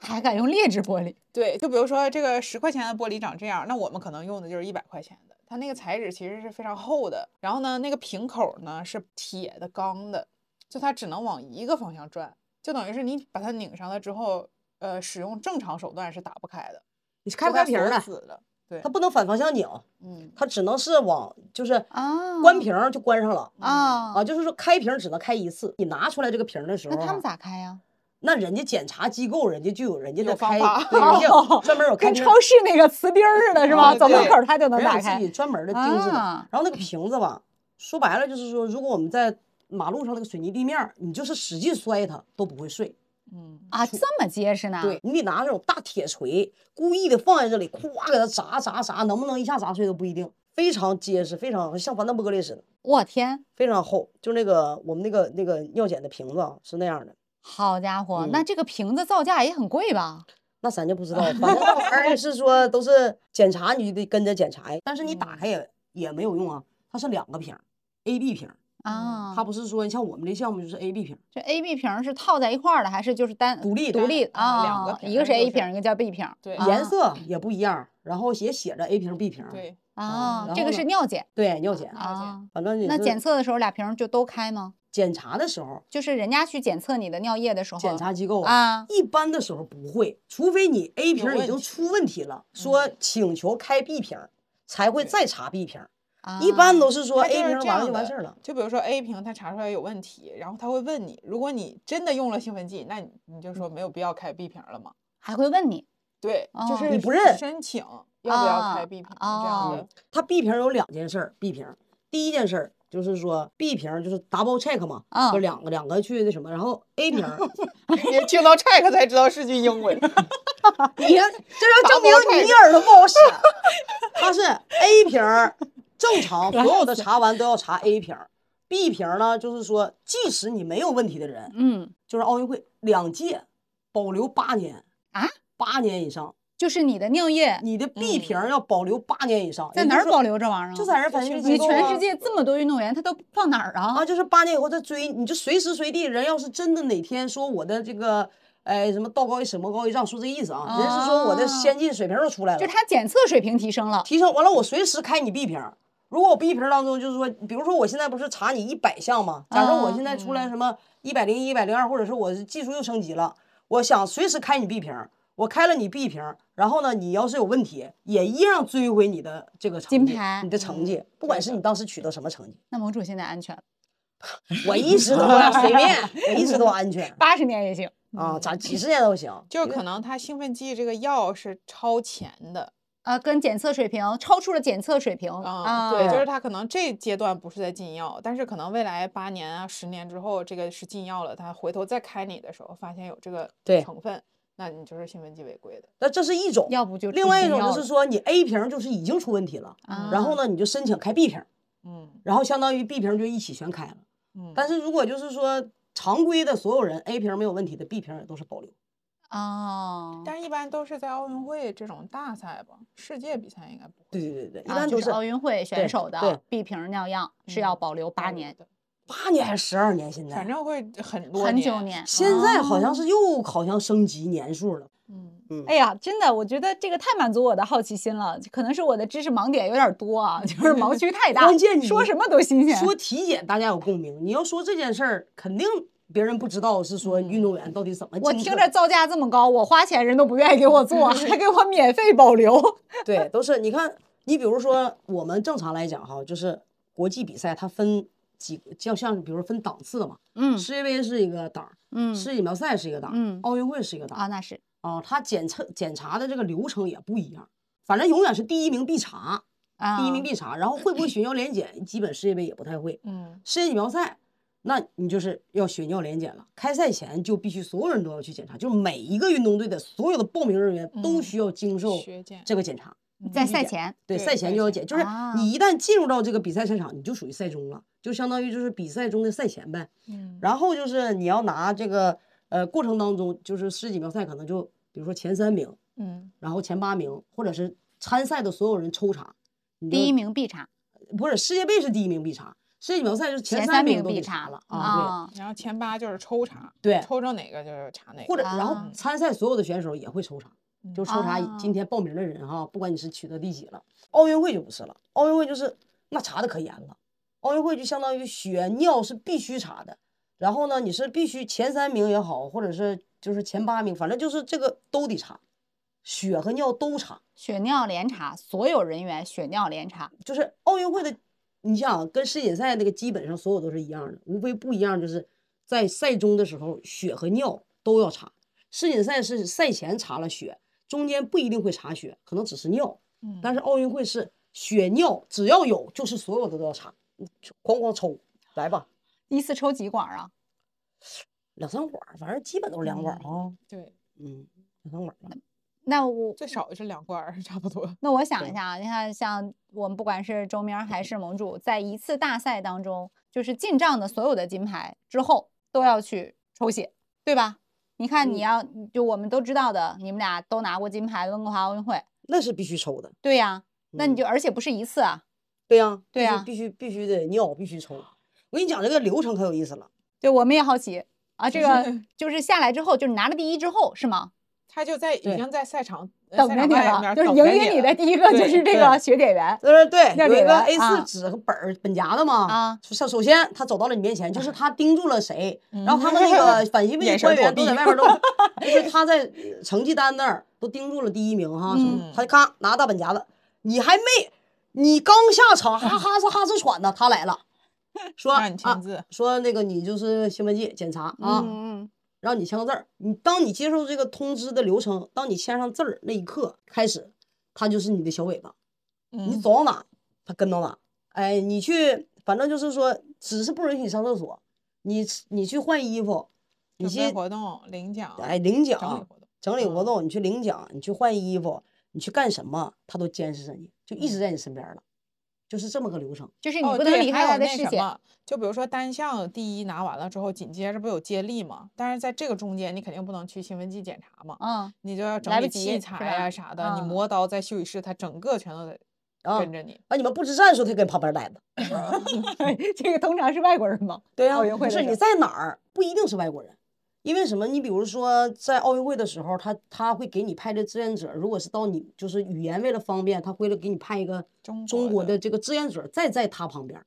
还敢用劣质玻璃？对，就比如说这个十块钱的玻璃长这样，那我们可能用的就是一百块钱的。它那个材质其实是非常厚的，然后呢，那个瓶口儿呢是铁的、钢的，就它只能往一个方向转，就等于是你把它拧上了之后，呃，使用正常手段是打不开的，你开就不开它瓶儿锁了？死了。对它，不能反方向拧，嗯它只能是往就是啊，关瓶儿就关上了。啊啊，就是说开瓶儿只能开一次，你拿出来这个瓶儿的时候那啊，他们咋开呀、那人家检查机构，人家就有人家有的方开，法对，人家有专门有哦开跟瓶超市那个瓷钉儿似的，是吗？啊走门对口儿它就能人家打有自开己专门的钉子的。啊。然后那个瓶子吧，说白了就是说，如果我们在马路上那个水泥地面儿，你就是使劲摔它都不会碎。嗯，啊，这么结实呢？对，你得拿那种大铁锤，故意的放在这里，咵给它砸砸砸，能不能一下砸碎都不一定，非常结实，非常像防弹玻璃似的，我天，非常厚。就那个我们那个那个尿检的瓶子啊，是那样的。好家伙，那这个瓶子造价也很贵吧？那咱就不知道，反正那玩意儿是说都是检查，你就得跟着检查呀。但是你打开也、也没有用啊，它是两个瓶儿，A、B 瓶儿，啊，它不是说像我们这项目就是 A、B 瓶儿，这 A、B 瓶儿是套在一块儿的，还是就是单独立的独立的啊两个啊？瓶一个儿是就 A 是瓶儿，一个叫 B 瓶儿。对啊颜色也不一样儿，然后也写着 A 瓶儿、B 瓶儿。对，啊，嗯然这后个呢是尿检对，尿检，啊啊。反正你那是检测的时候，俩瓶儿就都开吗？检查的时候，就是人家去检测你的尿液的时候，检哦查机构啊一般的时候不会，除非你 A 瓶儿问已经题嗯出问题了，说请求开 B 瓶儿，才会对再查 B 瓶儿。啊一般都是说它 A 就瓶是儿这完了样就完的事儿了。就比如说 A 瓶，它查出来有问题，然后它会问你，如果你真的用了兴奋剂，那你你就说没有必要开 B 瓶了嘛。还会问你对，哦就你是不认申请要不要啊开 B 瓶这样哦的。嗯它 B 瓶儿有两件事儿，B 瓶儿第一件事儿就是说 B 瓶儿就是 double check 嘛，啊就两个两个去那什么，然后 *laughs* A 瓶儿，你听到 check 才知道是句英文。你看这就证 double 明你 check 耳朵不好 *laughs* 使，它是 A 瓶儿正常所有的查完都要查 A 瓶儿，B 瓶儿呢就是说即使你没有问题的人，嗯，就是奥运会两届保留八年啊，八年以上，就是你的尿液你的 B 嗯瓶儿要保留八年以上，在也哪就儿是保留这玩意儿啊？就在人反应你机构全啊世界这么多运动员，他都放哪儿啊啊，？就是八年以后再追，你就随时随地，人要是真的哪天说我的这个，哎，什么道高一尺，魔高一丈，说这意思啊，人是说我的先进水平都出来了，哦就他检测水平提升了提升完了，我随时开你 B 瓶儿。如果我 B 瓶儿当中就是说，比如说我现在不是查你一百项吗？假如我啊现在出来什么一百零一、一百零二，或者是我是技术又升级了，我想随时开你 B 瓶儿，我开了你 B 瓶儿，然后呢，你要是有问题，也一样追回你的这个成金绩牌嗯你的成绩，不管是你当时取得什么成 *laughs* 绩，那盟主现在安全了，我一 *laughs* 直都随便，我一直都安全。八十年也行。啊，咋几十年 *laughs* 都行， *laughs* 就是因为可能它兴奋剂这个药是超前的啊，跟检测水平超出了检测水平啊、啊，对，就是它可能这阶段不是在禁药，但是可能未来八年啊、十年之后，这个是禁药了，它回头再开你的时候，发现有这个对成分，那你就是兴奋剂违规的。那这是一种，要不就另外一出种禁就药是了说你 A 瓶就是已经出问题了，然后啊呢你就申请开 B 瓶，嗯然后相当于 B 瓶就一起全开了。嗯，但是如果就是说常规的所有人 A 瓶没有问题的 B 瓶也都是保留，哦，但是一般都是在奥运会这种大赛吧，世界比赛应该不会对对对对，一啊般就都是奥运会对选手对的 B 瓶尿样是要嗯保留八有年，的，八年还是十二年现反在。正会很多很久。年。现在好像是又好像升级年数了，嗯，哎呀，真的，我觉得这个太满足我的好奇心了，可能是我的知识盲点有点多啊， *laughs* 就是盲区太大，关键你说什么都新鲜。说体检大家有共鸣。你要说这件事儿，肯定别人不知道是说运动员到底怎么我精听测着造价这么高，我花钱人都不愿意给我做，还 *laughs* 给我免费保留。对，都是你看，你比如说我们正常来讲哈，就是国际比赛它分几，就像是比如说分档次的嘛，嗯世界杯是一个档儿，嗯世锦标赛是一个档儿，嗯奥运会是一个档啊，儿，那是啊，它检测检查的这个流程也不一样，反正永远是第一名必查，啊，第一名必查，然后会不会血尿联检，基本世界杯也不太会，嗯，世界锦标赛。那你就是要血尿联检了，开赛前就必须所有人都要去检查，就是每一个运动队的所有的报名人员都嗯需要经受学检这个检查。在嗯赛一点前，对，对赛前赛就要前检，就是啊你一旦进入到这个比赛赛场，你就属于赛中了，就相当于就是比赛中的赛前呗。嗯，然后就是你要拿这个呃过程当中，就是十几秒赛可能就比如说前三名，嗯，然后前八名，或者是参赛的所有人抽查，你第就一名必查，不是世界杯是第一名必查，世界锦标赛就是前三名都必得查查了啊，啊，然后前八就是抽查，对抽着哪个就是查哪对，个，或者然后啊参赛所有的选手也会抽查，嗯就抽查啊今天报名的人哈，不管你是取得第几了。奥运会就不是了，奥运会就是那查的可严了，奥运会就相当于血尿是必须查的，然后呢你是必须前三名也好，或者是就是前八名，反正就是这个都得查，血和尿都查。血尿连查，所有人员血尿连查，就是奥运会的，你想跟世锦赛那个基本上所有都是一样的，无非不一样就是在赛中的时候血和尿都要查。世锦赛是赛前查了血，中间不一定会查血，可能只是尿。嗯但是奥运会是血尿，只要有就是所有的都要查，嗯哐哐抽，来吧，依次抽几管儿啊？两三管儿，反正基本都是两管儿哦啊，对，嗯，两三管儿吧。那我最少也是两罐儿，差不多。那我想对一下啊，你看，像我们不管是周明儿还是盟主，在一次大赛当中，就是进账的所有的金牌之后，都要去抽血，对吧？你看，你嗯要就我们都知道的，你们俩都拿过金牌，温哥华奥运会，那是必须抽的。对呀、那你嗯就而且不是一次啊，对呀、对必须呀必须必须得尿，必须抽。我跟你讲，这个流程可有意思了。对，我们也好奇啊，这个就是下来之后，就是拿了第一之后是吗？他就在已对经在赛场呃等着赛场你外面了，就是等迎着接你的了第一个就对是这对个学姐员，呃，对，那有里一个边 A 啊4纸和本儿本夹子嘛啊首首先他走到了你面前，就是他盯住了谁，然后他们那 *laughs* 个反击嗯眼卫神官员躲都在避外 *laughs* 边都，就是他在呃成绩单那儿都盯住了第一名哈，什么嗯他咔拿大本夹子，你还没，你刚下场哈哈哧哈哧喘呢，他来 *laughs* 了，说让你啊签字，说那个你就是新闻记检查啊，嗯嗯，让你签个字儿。你当你接受这个通知的流程，当你签上字儿那一刻开始，他就是你的小尾巴。你嗯走到哪，他跟到哪。哎，你去，反正就是说，只是不允许你上厕所，你你去换衣服，你准备去活动领奖，哎领整理奖活、动，整理活嗯动，你去领奖，你去换衣服，你去干什么，他都监视着你，就一嗯直在你身边了，就是这么个流程。哎就是你哦，不能对离还开有他的那视什线，么。就比如说单项第一拿完了之后，紧接着不有接力嘛？但是在这个中间，你肯定不能去新闻记检查嘛，嗯，你就要来整不理及器是材吧呀、啥的，嗯你哦磨刀在休息室，他整个全都得啊跟着你。啊，你们布置战术，他跟旁边待着。 *laughs* 这个通常是外国人吗？对呀、奥运会不的是时候你在哪儿不一定是外国人，因为什么？你比如说在奥运会的时候，他他会给你派的志愿者，如果是到你就是语言为了方便，他会给你派一个中中国国的的这个志愿者，再在他旁边儿，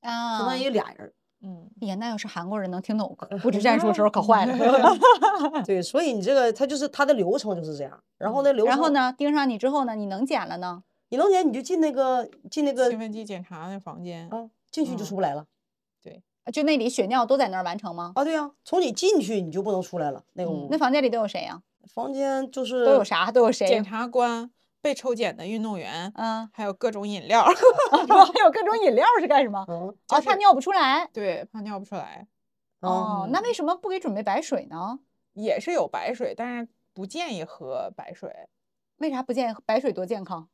啊，相当于俩人嗯，呀，那要是韩国人能听 *laughs* 懂布置战术的时候，可坏了。儿。对，所以你这个他就是他的流程就是这样。然后呢，流程嗯然后，呢，盯上你之后呢，你能减了呢？你能点你就进那个进那个兴奋剂检查那房间，哦啊，进去嗯就出不来了。就那里血尿都在那儿完成吗？啊，对呀、从你进去你就不能出来了。那个嗯呃屋那房间里都有谁呀、房间就是都有啥？都有谁检？察官、被抽检的运动员，嗯， *laughs* 还有各种饮料，还有各种饮料是干什 *laughs* 么？嗯哦，就怕是尿不出来。对，怕尿不出来，啊， *laughs* 哦，那为什么不给准备白水呢？也是有白水，但是不建议喝白水，为啥不建议白水多健康？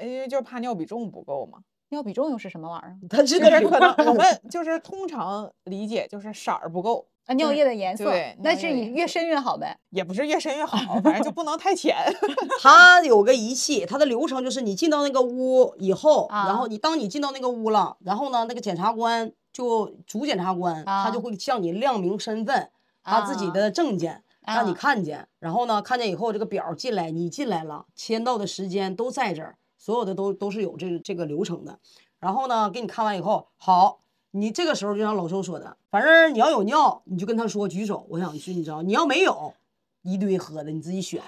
因为就怕尿比重不够嘛。尿比重又是什么玩意儿他这就是个可能我流们就是通常理解就是色儿不够，啊？尿就是液的颜色对，那尿是液的你颜越色深越好呗。也不是越深越好，反正就不能太浅。 *laughs* *laughs* 它有个仪器，它的流程就是你进到那个屋以后，啊然后你当你进到那个屋了，然后呢，那个检察官就主检察官，他啊就会向你亮明身份，他自己啊的证件。让你啊看见，然后呢，看见以后这个表儿进来，你进来了，签到的时间都在这儿，所有的都都是有这这个流程的。然后呢，给你看完以后，好，你这个时候就像老周说的，反正你要有尿，你就跟他说举手，我想去，你知道，你要没有，一堆喝的你自己选，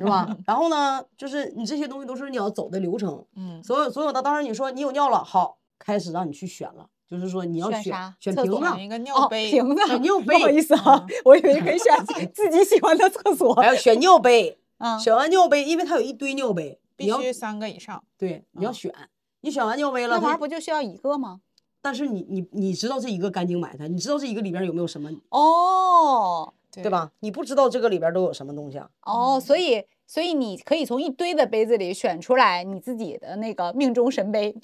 是吧？ *laughs* 然后呢，就是你这些东西都是你要走的流程，嗯，所有所有的，当然你说你有尿了，好，开始让你去选了，就是说你要选选啥选厕瓶所子选，一个尿哦，杯，嗯瓶子，选尿 *laughs* 不好杯意思啊，我以为可以选自己喜欢的厕所。还要选尿杯。啊，选完尿杯，因为它有一堆尿杯，你必要须三个以上。对，你要嗯选。你选完尿杯那了，玩意它儿不就需要一个吗？但是你你你知道这一个干净买它，你知道这一个里边有没有什么？哦，对？吧？你不知道这个里边都有什么东西啊？哦，所以所以你可以从一堆的杯子里选出来你自己的那个命中神杯。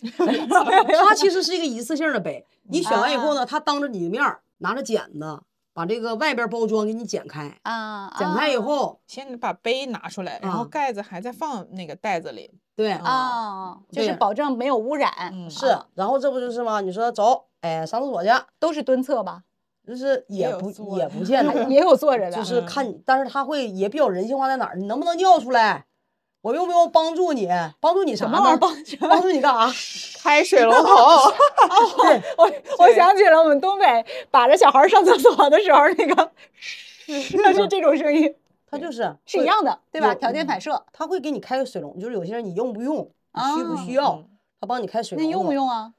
它其实是一个一次性的杯，你选完以后呢，它当着你的面儿拿着剪子把这个外边包装给你剪开， *laughs* *laughs* 啊，剪开以啊后，先把杯拿出来，然后啊盖子还在放那个袋子里。对，啊，就是对保证没有污染，啊嗯，是，然后这不就是吗？你说走，哎，上厕所去，都是蹲厕 *laughs* 吧，就是也也有不坐也的 *laughs* 不见得，也有坐着的，就是嗯看你，但是他会也比较人性化在哪儿？你能不能尿出来？我用不用帮助你？帮助你啥什么玩意儿呢？帮帮助你干啥？*laughs* *laughs* 开水龙头，我我对想起了我们东北把着小孩上厕所的时候，那个 *laughs* 就是这种声音，他就是是嗯会一，样的，对吧？有嗯条件反射，他会给你开个水龙，就是有些人你用不用，你需不啊 *laughs* 需要嗯，他帮你开水那龙。用不？用啊？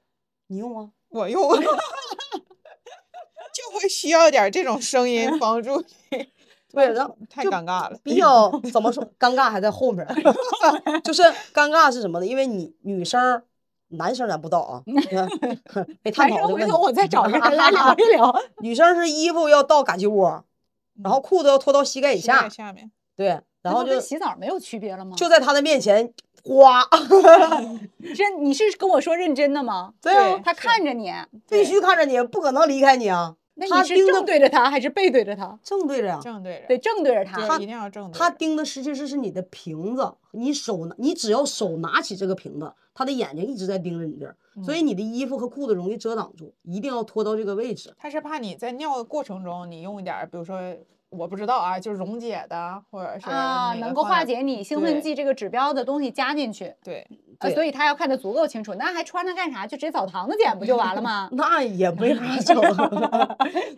你用啊？我用 *laughs* 就会需要点儿这种声 *laughs* 音帮助你。对，然后太就尴尬了，比较怎么说，尴尬还在后面儿， *laughs* 就是尴尬是什么呢？因为你女生儿。男生咱不知 *laughs* 道啊， *laughs* 哎没探男讨生这回问头题。我再 *laughs* 找个 *laughs* 人来聊一聊，女生是衣服要到嘎叽窝，然后裤子要脱到膝盖以膝盖下，下面，对，然那后不就跟洗澡没有区别了吗？就在他的面前哗，真你是跟我说认真的吗？对啊他看着你，必须看着你，不可能离开你啊。那他你是盯着正对着他还是背对着他？正啊对着呀、正对着，对，正对着对他，一定要正对着。他盯的是其实是你的瓶子，你手拿你只要手拿起这个瓶子，他的眼睛一直在盯着你这儿，所以你的衣服和裤子容易遮挡住，一定要脱到这个位置。他是怕你在尿的过程中，你用一点儿，比如说我不知道啊，就是溶解的，或者是啊，哪能个够放化点解你兴奋对剂这个指标的东西加进去。对，呃，对？所以他要看得足够清楚，那还穿它干啥？就直接澡堂子捡不就完了吗 *laughs* *laughs* 那也没法整，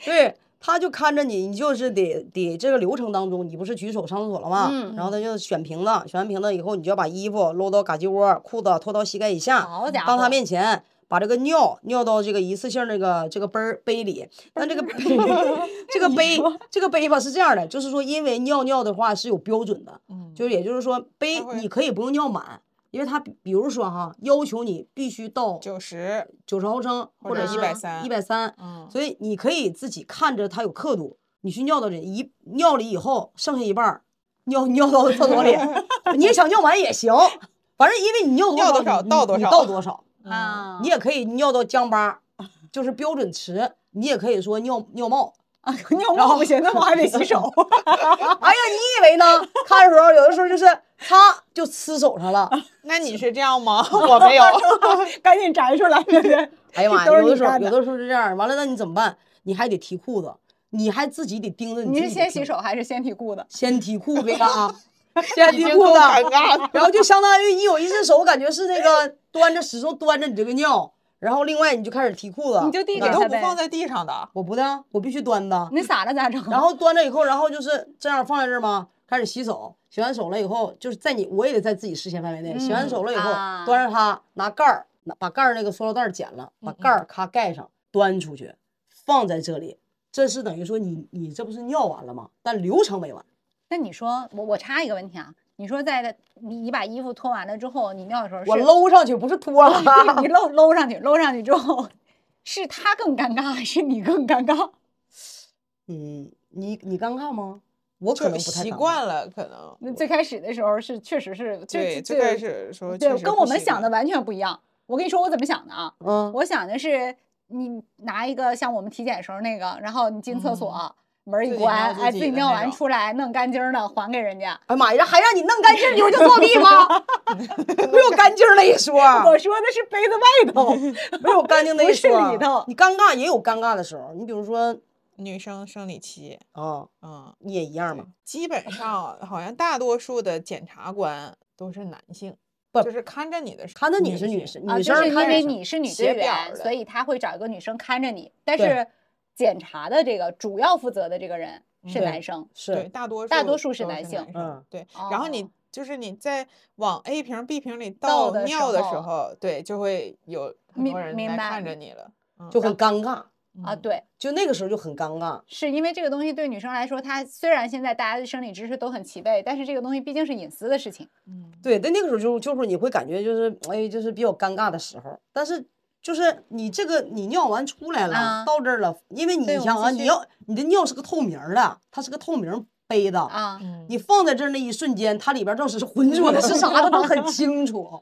对，他就看着你，你就是得得这个流程当中，你不是举手上厕所了吗？嗯然后他就选瓶子，选完瓶子以后，你就要把衣服搂到嘎叽窝，裤子脱到膝盖以下，好家伙，当他面前把这个尿尿到这个一次性这个这个杯儿杯里，那这个这个杯这个杯吧是这样的，就是说因为尿尿的话是有标准的，嗯，就是也就是说杯会你可以不用尿满，因为它比比如说哈要求你必须到九十，九十毫升或或者者是130一百三，嗯，所以你可以自己看着它有刻度，你去尿到这一尿了以后剩下一半儿尿尿到厕所里，你也想尿完也行，反正因为你尿尿多少你倒多你少倒多少。啊，你也可以尿到江巴，就是标准池。你也可以说尿尿冒。 *laughs* 尿啊冒不行，那我还得洗 *laughs* 手。哎呀，你以为呢？看的时候，有的时候就是擦就呲手上了。那你是这样 *laughs* 吗？我没有，赶紧摘出来，对不对？哎呀 *laughs* 妈呀，都是有你的时候干的有的时候是这样。完了，那你怎么办？你还得提裤子，你还自己得盯着你。你是先洗，手还是先提裤子？先提裤子 *laughs* 啊，先提已经裤够子，尴尬了。然后就相当于你有一只手感觉是那个端着，始终端着你这个尿，然后另外你就开始提裤子。你就递你给都他嗯不放呗。在地上的，我不的，啊我必须端的。你撒了咋整？啊然后端着以后，然后就是这样放在这儿吗？开始洗手，洗完手了以后，就是在你我也得在自己视线范围内。洗完手了以嗯后，啊端着它拿盖儿，拿把盖儿那个塑料袋儿剪了，嗯把盖儿咔盖上，端出去，放在这里。这是等于说你你这不是尿完了吗？但流程没完，那你说，我我插一个问题啊，你说在你你把衣服脱完了之后，你尿的时候是，我搂上去不是脱了 *laughs* 你搂搂上去，搂上去之后，是他更尴尬还是你更尴尬？嗯， *laughs* 你你尴尬吗？我可就能不太习尴尬惯了，可能那最开始的时候是确实是就对，就最开始说对确实跟不我们习想的惯完全不一样。我跟你说我怎么想的啊，嗯，我想的是，你拿一个像我们体检时候那个，然后你进厕所、门儿一嗯自己关，尿自哎，自己己的尿那完种出来弄干净儿的还给人家。哎呀妈呀，还让你弄干净，你不就作弊 *laughs* 吗？没有干净那一说，啊我说的是杯子外 *laughs* 头，没有干净 *laughs* 的不一是说啊。里头。你尴尬也有尴尬的时候，你比如说女生生理期，啊，嗯，你也一样对嘛。基本上好像大多数的检察官都是男性，不就是看着你的看着你是女女性生，啊，女就生是看因着为是你是女写队表员，的所以他会找一个女生看着你，但对是检查的这个主要负责的这个人是嗯男生。对，是，大多数大多数都是是男性生嗯，对。然后你哦就是你在往 A 瓶、B 瓶里倒倒的时尿的时候候，对，就会有很明多人明来白看着你了，嗯就很尴尬，啊，嗯对，就那个时候就很尴尬。是因为这个东西对女生来说，她虽然现在大家的生理知识都很齐备，但是这个东西毕竟是隐私的事情。嗯对，但那个时候就就是你会感觉就是哎，就是比较尴尬的时候。但是就是你这个你尿完出来了，啊到这儿了，因为你对我想们啊，继你续要你的尿是个透明儿的，它是个透明杯子，啊，嗯你放在这儿那一瞬间，它里边到底是浑浊的是啥的都很清楚，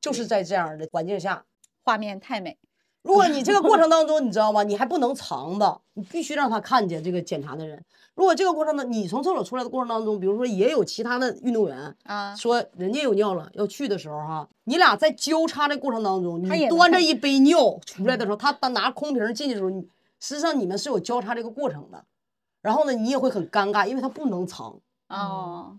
就是在这样的环境下，画面太美，如果你这个过程当中，你知道吗？你还不能藏着，你必须让他看见这个检查的人。如果这个过程当，你从厕所出来的过程当中，比如说也有其他的运动员啊说人家有尿了要去的时候哈，你俩在交叉的过程当中，他也你能端着看嗯一杯尿出来的时候，他他拿空瓶进去的时候，你实际上你们是有交叉这个过程的。然后呢，你也会很尴尬，因为他不能藏哦，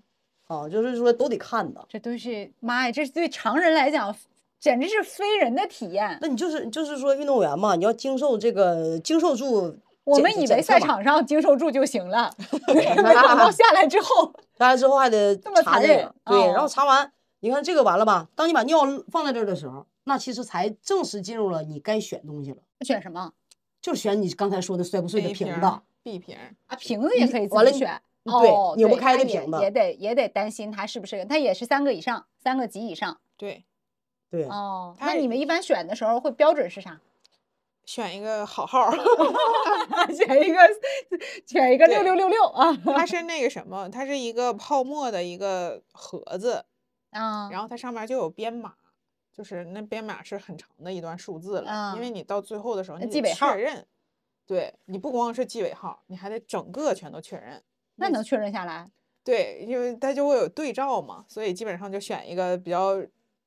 啊，就是说都得看的。这都是妈呀，这是对常人来讲简直是非人的体验。那你就是就是说运动员嘛，你要经受这个经受住我检们以检为测赛嘛场上经受住就行了，没想到下来之后，下来之后还得这么查残这个忍对，然哦后查完，你看这个完了吧？当你把尿放在这儿的时候，那其实才正式进入了你该选东西了，选什么就是选你刚才说的摔不碎的 A 瓶瓶子。儿 B 瓶儿，啊？瓶子也可以自完了己你选。对哦，拧不开那的瓶子也得也得担心它是不是，它也是三个以上，三个及以上。对，对，哦，那它你们一般选的时候会标准是啥？ *laughs* *laughs* 选一个好号儿。 *laughs* 选一个，选一个六对六六六 *laughs* 啊它是那个什么，它是一个泡沫的一个盒子，啊！然后它上面就有编码，就是那编码是很长的一段数字了，因为啊你到最后的时候你记得尾号确认，对你不光是记尾号，你还得整个全都确认。那能确认下来？对，因为它就会有对照嘛，所以基本上就选一个比较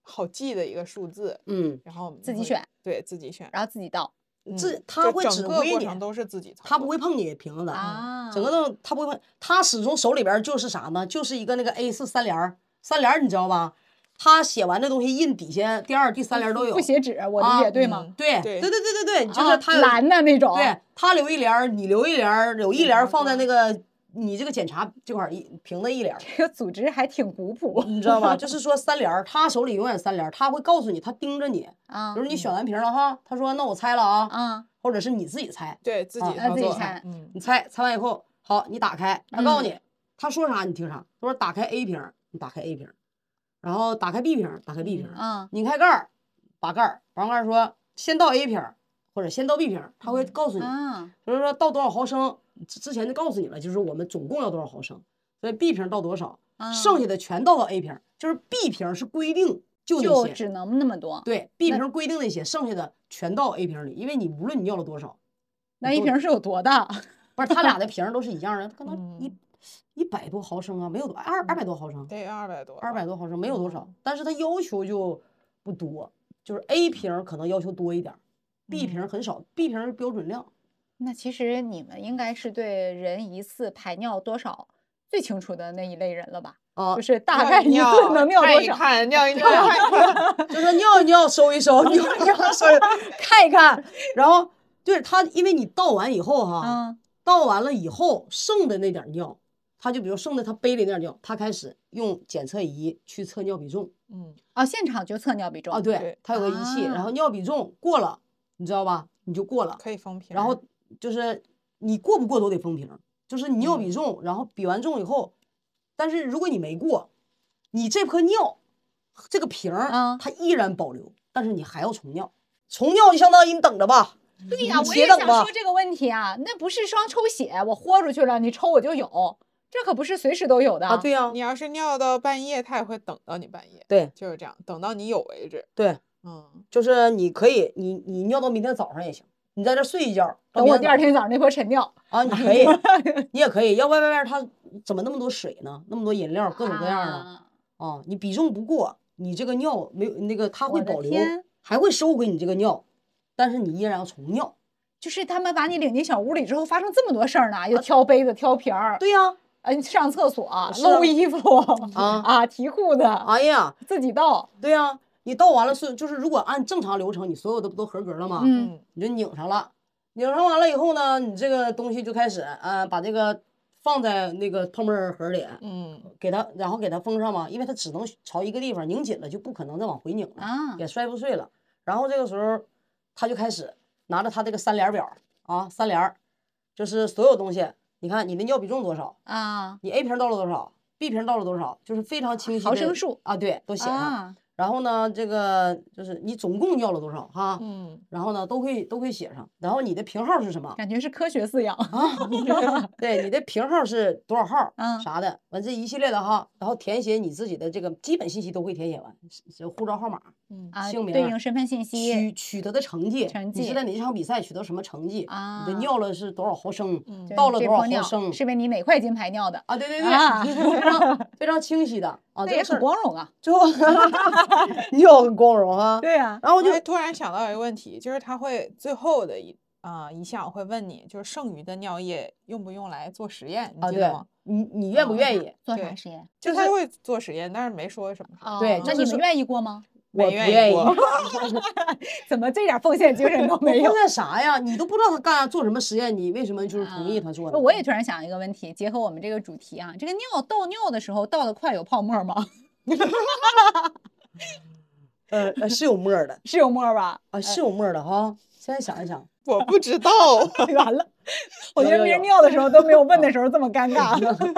好记的一个数字，嗯，然后自己会选，对自己选。然后自己倒这嗯他就会整指个挥过你程都是自己操他不作会碰你瓶子，啊，嗯整个都他不会碰，他始终手里边就是啥呢？就是一个那个 A 四三联儿，三联儿你知道吧？他写完这东西印底下第二、第三联儿都有不。写纸，我啊理解对吗？嗯对对对对对对对，就啊是他有蓝的那种，对他留一联儿，你留一联儿，有一联儿放在那个你这个检查这块儿一瓶子一联儿，这个组织还挺古朴你知道吗？就是说三联儿，他手里永远三联儿，他会告诉你，他盯着你，啊比如你选完瓶了哈，他说那我猜了啊，啊或者是你自己猜，对自己啊啊操自己作猜，嗯，你猜猜完以后，好，你打开，他告诉嗯你、他说啥你听啥，他说打开 A 瓶儿，你打开 A 瓶儿，然后打开 B 瓶儿，打开 B 瓶儿，啊拧开盖儿，拔盖儿，拔完盖儿说先倒 A 瓶儿或者先倒 B 瓶儿，他会告诉你。啊就是说到多少毫升，之之前就告诉你了，就是我们总共要多少毫升，所以 B 瓶倒多少，啊！剩下的全倒到 A 瓶，就是 B 瓶是规定就就那些，只能那么多，对 B 那瓶规定那些，剩下的全倒 A 瓶里，因为你无论你要了多少，那一都瓶是有多大？不是他俩的瓶儿都是一样的，可能嗯一一百多毫升啊，没有多二二百多毫升，得二百多吧，二百多毫升没有多少，但是他要求就不多，就是 A 瓶可能要求多一点儿，B 瓶很少，B 瓶是标准量。那其实你们应该是对人一次排尿多少最清楚的那一类人了吧？啊就，是大尿概一一尿次 *laughs* 能尿看多一少，看 *laughs* 尿一尿看一看就是尿一尿收一收，尿一尿收一收，看一看然后就是他，因为你倒完以后哈，啊倒完了以后剩的那点儿尿，他就比如剩的他杯里那点儿尿，他开始用检测仪去测尿比重嗯，哦，现场就测尿比重啊，对对，他有个仪器，然啊后尿比重过了，你知道吧？你就过了，可以封瓶儿，然后就是你过不过都得封瓶儿，就是你尿比重，然后比完重以后，但是如果你没过，你这颗尿这个瓶儿啊它依然保留，但是你还要重尿，重尿就相当于你等着吧。对呀、你我且也等想吧说这个问题啊，那不是双抽血，我豁出去了，你抽我就有，这可不是随时都有的啊，对呀、你要是尿到半夜，它也会等到你半夜，对就是这样，等到你有为止。对，嗯，就是你可以，你你尿到明天早上也行，你在这睡一觉，到等我明第二早天早上那坨晨尿，啊，你 *laughs* 可以，你也可以，要不然外面它怎么那么多水呢？那么多饮料，各种各样的啊啊你比重不过，你这个尿没有那个，它我会的保留天，还会收回你这个尿，但是你依然要重尿。就是他们把你领进小屋里之后，发生这么多事儿呢，又挑杯子、挑瓶儿，对呀、嗯，上厕所、是啊漏衣 *laughs* 服啊提裤子，哎呀，自己倒，对呀、你倒完了是就是，如果按正常流程，你所有的不都合格了吗？嗯，你就拧上了，拧上完了以后呢，你这个东西就开始啊，把这个放在那个泡沫儿盒里，嗯，给它，然后给它封上嘛，因为它只能朝一个地方拧紧了，就不可能再往回拧了，啊也摔不碎了。然后这个时候，他就开始拿着他这个三联表啊，三联儿就是所有东西，你看你的尿比重多少，啊你 A 瓶倒了多少，B 瓶倒了多少，就是非常清晰毫的升数啊，对，都写上。啊，然后呢，这个就是你总共要了多少哈，嗯，然后呢都会都会写上，然后你的瓶号是 *laughs* 什么？感觉是科学饲养。嗯啊，对，你的瓶号是多少号，嗯啥的，完这一系列的哈，然后填写你自己的这个基本信息都会填写完，是是护照号码、嗯 *laughs* 啊，姓对名应身份信取息取得的成绩，成你绩是在哪一场比赛取得什么成绩，啊，你的尿了是多少毫升，嗯就是到你了这多少泡毫尿升是为你哪块金牌尿的，啊，对对啊对，非 *laughs* 常非常清晰的啊，那这也个事很儿光荣啊。最后 *laughs* 尿很光荣啊，对啊，然后就我就突然想到一个问题，就是他会最后的一啊、一项会问你，就是剩余的尿液用不用来做实验，你啊，记得对吗？你你愿啊不 *laughs* 嗯愿意？做啥对实验？就就他是会做实验，但是没说 *laughs* 什么实验。哦对那就你是们愿意过吗？我没不愿意愿意过 *laughs* 怎么这点奉献精神都 *laughs* 没有关？键啥呀？你都不知道他干啥做什么实验，你为什么就是同意他做的？啊我也突然想一个问题，结合我们这个主题啊，这个尿倒尿的时候倒的快有泡沫吗？ *laughs* 呃呃是有沫儿 *laughs* 的是有沫吧？啊，是有沫儿的哈。现在想一想，我不 *laughs* 知道， *laughs* 完了，我有觉得有别人有尿的时候都没有问的时候这么尴尬。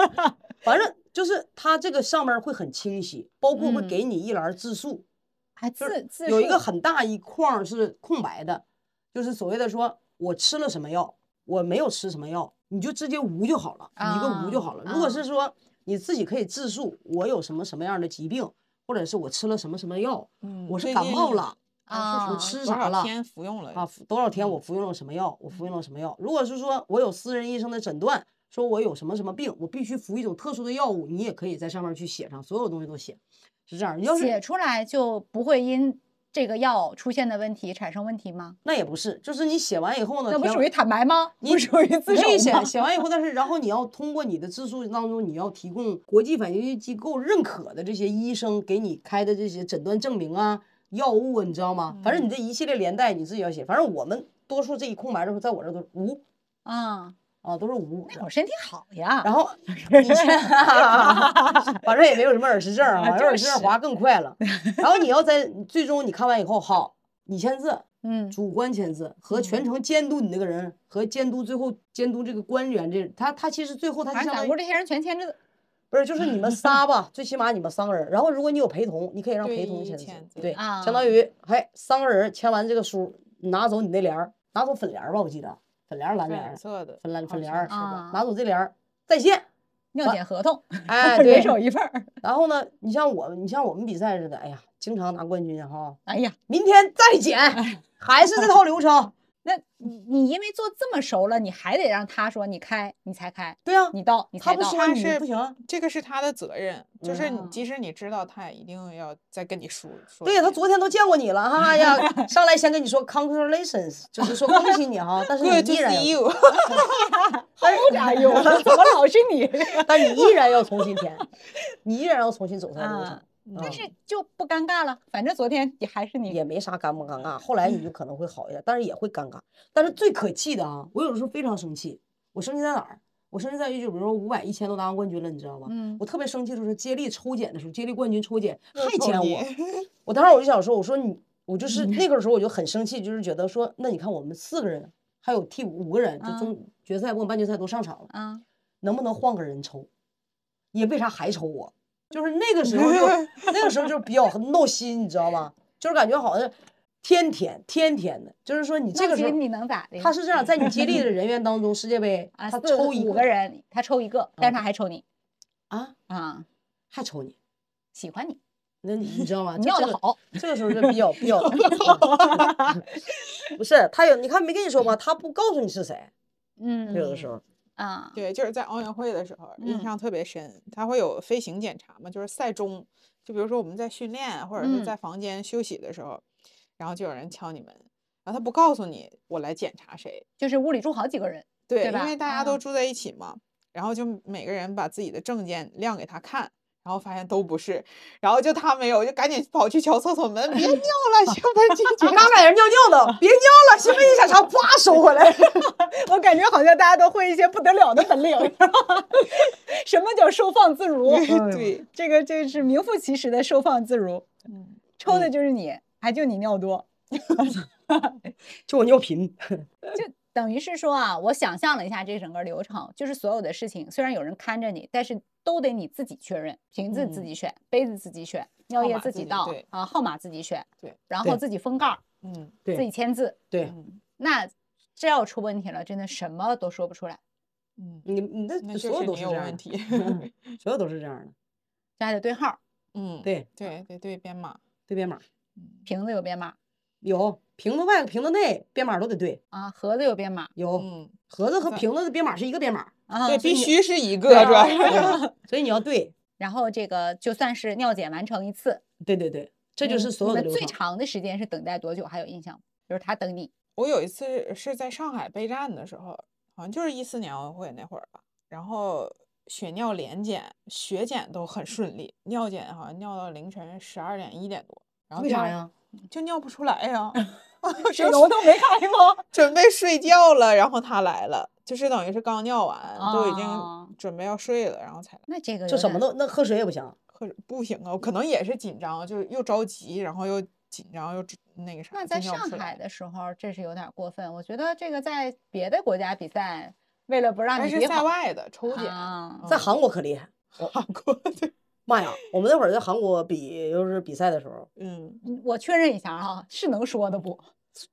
*laughs* 反正就是它这个上面会很清晰，包括会嗯给你一栏字数，还就啊自是自有一个述很大一框儿是空白的，就是所谓的说我吃了什么药，我没有吃什么药，你就直接无就好了，一个无就啊好了。如果啊是说你自己可以自述，我有什么什么样的疾病，或者是我吃了什么什么药，嗯我是最感近冒了。啊，啊是什么吃多啥少了天服用了啊，服多少天嗯我服用了什么药，我服用了什么药。如果是说我有私人医生的诊断，说我有什么什么病，我必须服一种特殊的药物，你也可以在上面去写上，所有东西都写，是这样。要写是出来就不会因这个药出现的问题产生问题吗？那也不是，就是你写完以后呢，那不填属完于坦白吗？你不属于自你首可以写吗？写完以后，但是然后你要通过你的自述当中，你要提供国际反应机构认可的这些医生给你开的这些诊断证明啊、药物啊，你知道吗？反正嗯你这一系列连带你自己要写，反正我们多数这一空白的时候，在我这儿都是无啊，啊，都是无。那会儿身体好呀。 *laughs* 然后你是，反正也没有什么耳石症啊，啊反正耳就石症是划更快 *laughs* 了。然后你要在最终你看完以后，好，你签字，嗯，主观签字和全程监督你那个人和监督最后监督这个官员这他他其实最后他就反正相咱当屋于这些人全签着的。不是就是你们 *laughs* 仨吧，最起码你们三个人。然后如果你有陪同，你可以让对陪同一签字签，字对，啊相当于嘿三个人签完这个书，拿走你那帘儿，拿走粉帘儿吧，我记得粉帘儿蓝帘儿粉，色的，粉蓝好粉帘像儿是啊吧？拿走这帘儿 *laughs* 在线。尿检合同，哎，对 *laughs* 人，手一份儿。然后呢，你像我，你像我们比赛似的，哎呀，经常拿冠军哈。哎呀，明天再减，还是这套流程。那你你因为做这么熟了，你还得让他说你开，你才开，对啊，你到你他才不到。说但你是不行啊。这个是他的责任，就是你嗯即使你知道，他也一定要再跟你说说一对遍。呀，他昨天都见过你了哈呀，上来先跟你说 congratulations，就是说恭喜你哈，但是 Good 你 to 依然 see 要， you，哎呦， *laughs* 怎么老是 *laughs* 你？但你依然要重新填，你依然要重新走这条流程啊。嗯但是就不尴尬了，反正昨天也还是你也没啥尴不尴尬，后来你就可能会好一点，但是也会尴尬。但是最可气的啊，我有时候非常生气，我生气在哪儿？我生气在于，就比如说五百、一千都拿完冠军了，你知道吧？嗯我特别生气的就是接力抽检的时候，接力冠军抽检还抽捡你我，我当时我就想说，我说你，我就是嗯那个时候我就很生气，就是觉得说，那你看我们四个人，还有替补五个人，就啊中决赛、跟半决赛都上场了，啊，能不能换个人抽？也为啥还抽我？就是那个时候 *laughs* 就那个时候就比较闹心，你知道吗？就是感觉好像天天天天的，就是说你这那个时其实候你能咋的？他是这样，在你接力的人员当中，世界杯啊，他四抽一五个人，他抽一个，但是他还抽你啊，啊，还抽你，喜欢你，那你知 *laughs* 道吗？你就尿这的个好，这个时候就比较比 *laughs* 较，不是他有你看没跟你说吗？他不告诉你是谁，嗯，有的时候啊，对，就是在奥运会的时候，印嗯象特别深。他会有飞行检查嘛，就是赛中，就比如说我们在训练或者是嗯在房间休息的时候，然后就有人敲你门，然后他不告诉你我来检查谁，就是屋里住好几个人，对，吧因为大家啊嗯都住在一起嘛，然后就每个人把自己的证件亮给他看。然后发现都不是，然后就他没有，就赶紧跑去敲厕所门， *laughs* 别尿了，先把这检啊刚在人尿尿呢，别尿了，身份证检查啪收回来。 *laughs* 我感觉好像大家都会一些不得了的本领， *laughs* 什么叫收放自如？查对，这个这是名副其实的收放自如，嗯，抽的就是你，还就你尿多。就我尿频，等于是说啊，我想象了一下这整个流程，就是所有的事情虽然有人看着你，但是都得你自己确认，瓶子自嗯己选，杯子自己选，尿号液码自自己己倒对啊，号码自己选，对，然后对自己封盖儿，嗯，自己对签字。对，嗯那这要出问题了，真的什么都说不出来，嗯，你你那的就所有是都你是有这样问的，嗯题所有都是这样的，这还得对号儿， *laughs* 嗯，对对对对，编码，对编码嗯瓶子有编码有瓶子外瓶子内编码都得对，啊，盒子有编码有嗯，盒子和那瓶子的编码是一个编码，啊， *laughs* 对，所以啊必你。啊须是一个，主要 *laughs* 是，所以你要对，然后这个就算是尿检完成一次，对对对，这就嗯是所你有的们流最程。长的时间是等待多久？还有印象吗？就是他等你，我有一次是在上海备战的时候，好像就是一四年奥运会那会儿吧，然后血尿联检、血检都很顺利，尿检好像尿到凌晨十二点一点多，然后为第啥二呀？就尿不出 *laughs* 来呀，水龙头没开吗？准备睡觉了，然后他来了，就是等于是刚尿完，都已啊经准备要睡了，然后才来。 *laughs* 那这个就有什么点都，那喝水也不行，可是不行啊，可能也是紧张，就是又着急，然后又紧张又那个啥。那就在尿不上出海来的时候，这是有点过分。我觉得这个在别的国家比赛，为了不让但你是憋在好外的抽检，啊在嗯韩国可厉害。韩国的，妈呀！我们那会儿在韩国比，就是比赛的时候，嗯，嗯我确认一下啊，是能说的不？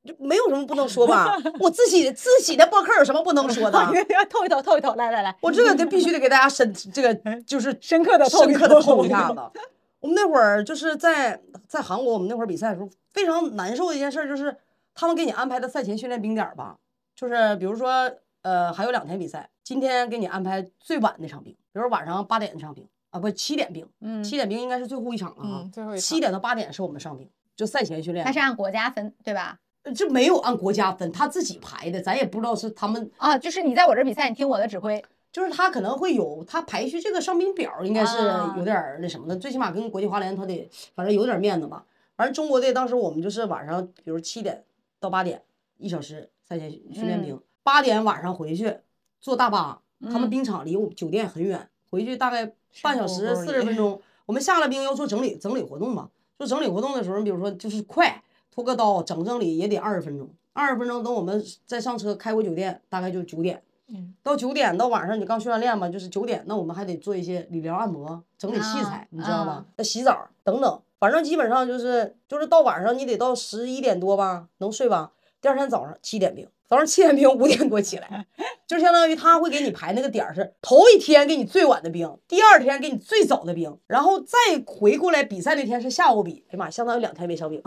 就没有什么不能 *laughs* 说吧。我自己自己的播客有什么不能说的？啊透一透，透一透，来来来，我这个得必须得给大家深，这个就是哎深刻地透深一刻的透透一下子。我们那会儿就是在在韩国，我们那会儿比赛的时候，非常难受的一件事儿就是，他们给你安排的赛前训练冰点儿吧，就是比如说，呃，还有两天比赛，今天给你安排最晚那场冰，比如晚上八点那场冰啊，不七点冰，嗯，七点冰应该是最后一场了啊嗯，最后一七场点到八点是我们上冰，就赛前训练它。是按国家分对吧？呃这没有按国家分，他自己排的，咱也不知道是他们，啊，就是你在我这儿比赛，你听我的指挥， *laughs* 就是他可能会有他排序这个上冰表儿，应该是啊有点儿那什么的，最起码跟国际滑联他得反正有点儿面子吧。反正中国队当时我们就是晚上，比如七点到八点一小时赛前训练嗯兵，八、点晚上回去坐大巴，他嗯们冰场离我们酒店很远，回去大概半山沟小时沟四里十哎分钟。我们下了冰要做整理整理活动嘛，做整理活动的时候，你比如说就是快拖个刀整整理也得二十分钟，二十分钟等我们再上车开回酒店，大概就九点。嗯到九点到晚上，你刚训完练嘛，就是九点，那我们还得做一些理疗按摩、整理器材啊，你知道吧啊？那洗澡等等，反正基本上就是就是到晚上你得到十一点多吧，能睡吧？第二天早上七点冰，早上七点冰五点多 *laughs* 起来，就相当于他会给你排那个点儿是头一天给你最晚的冰，第二天给你最早的冰，然后再回过来比赛那天是下午比，哎呀妈，相当于两天没上冰，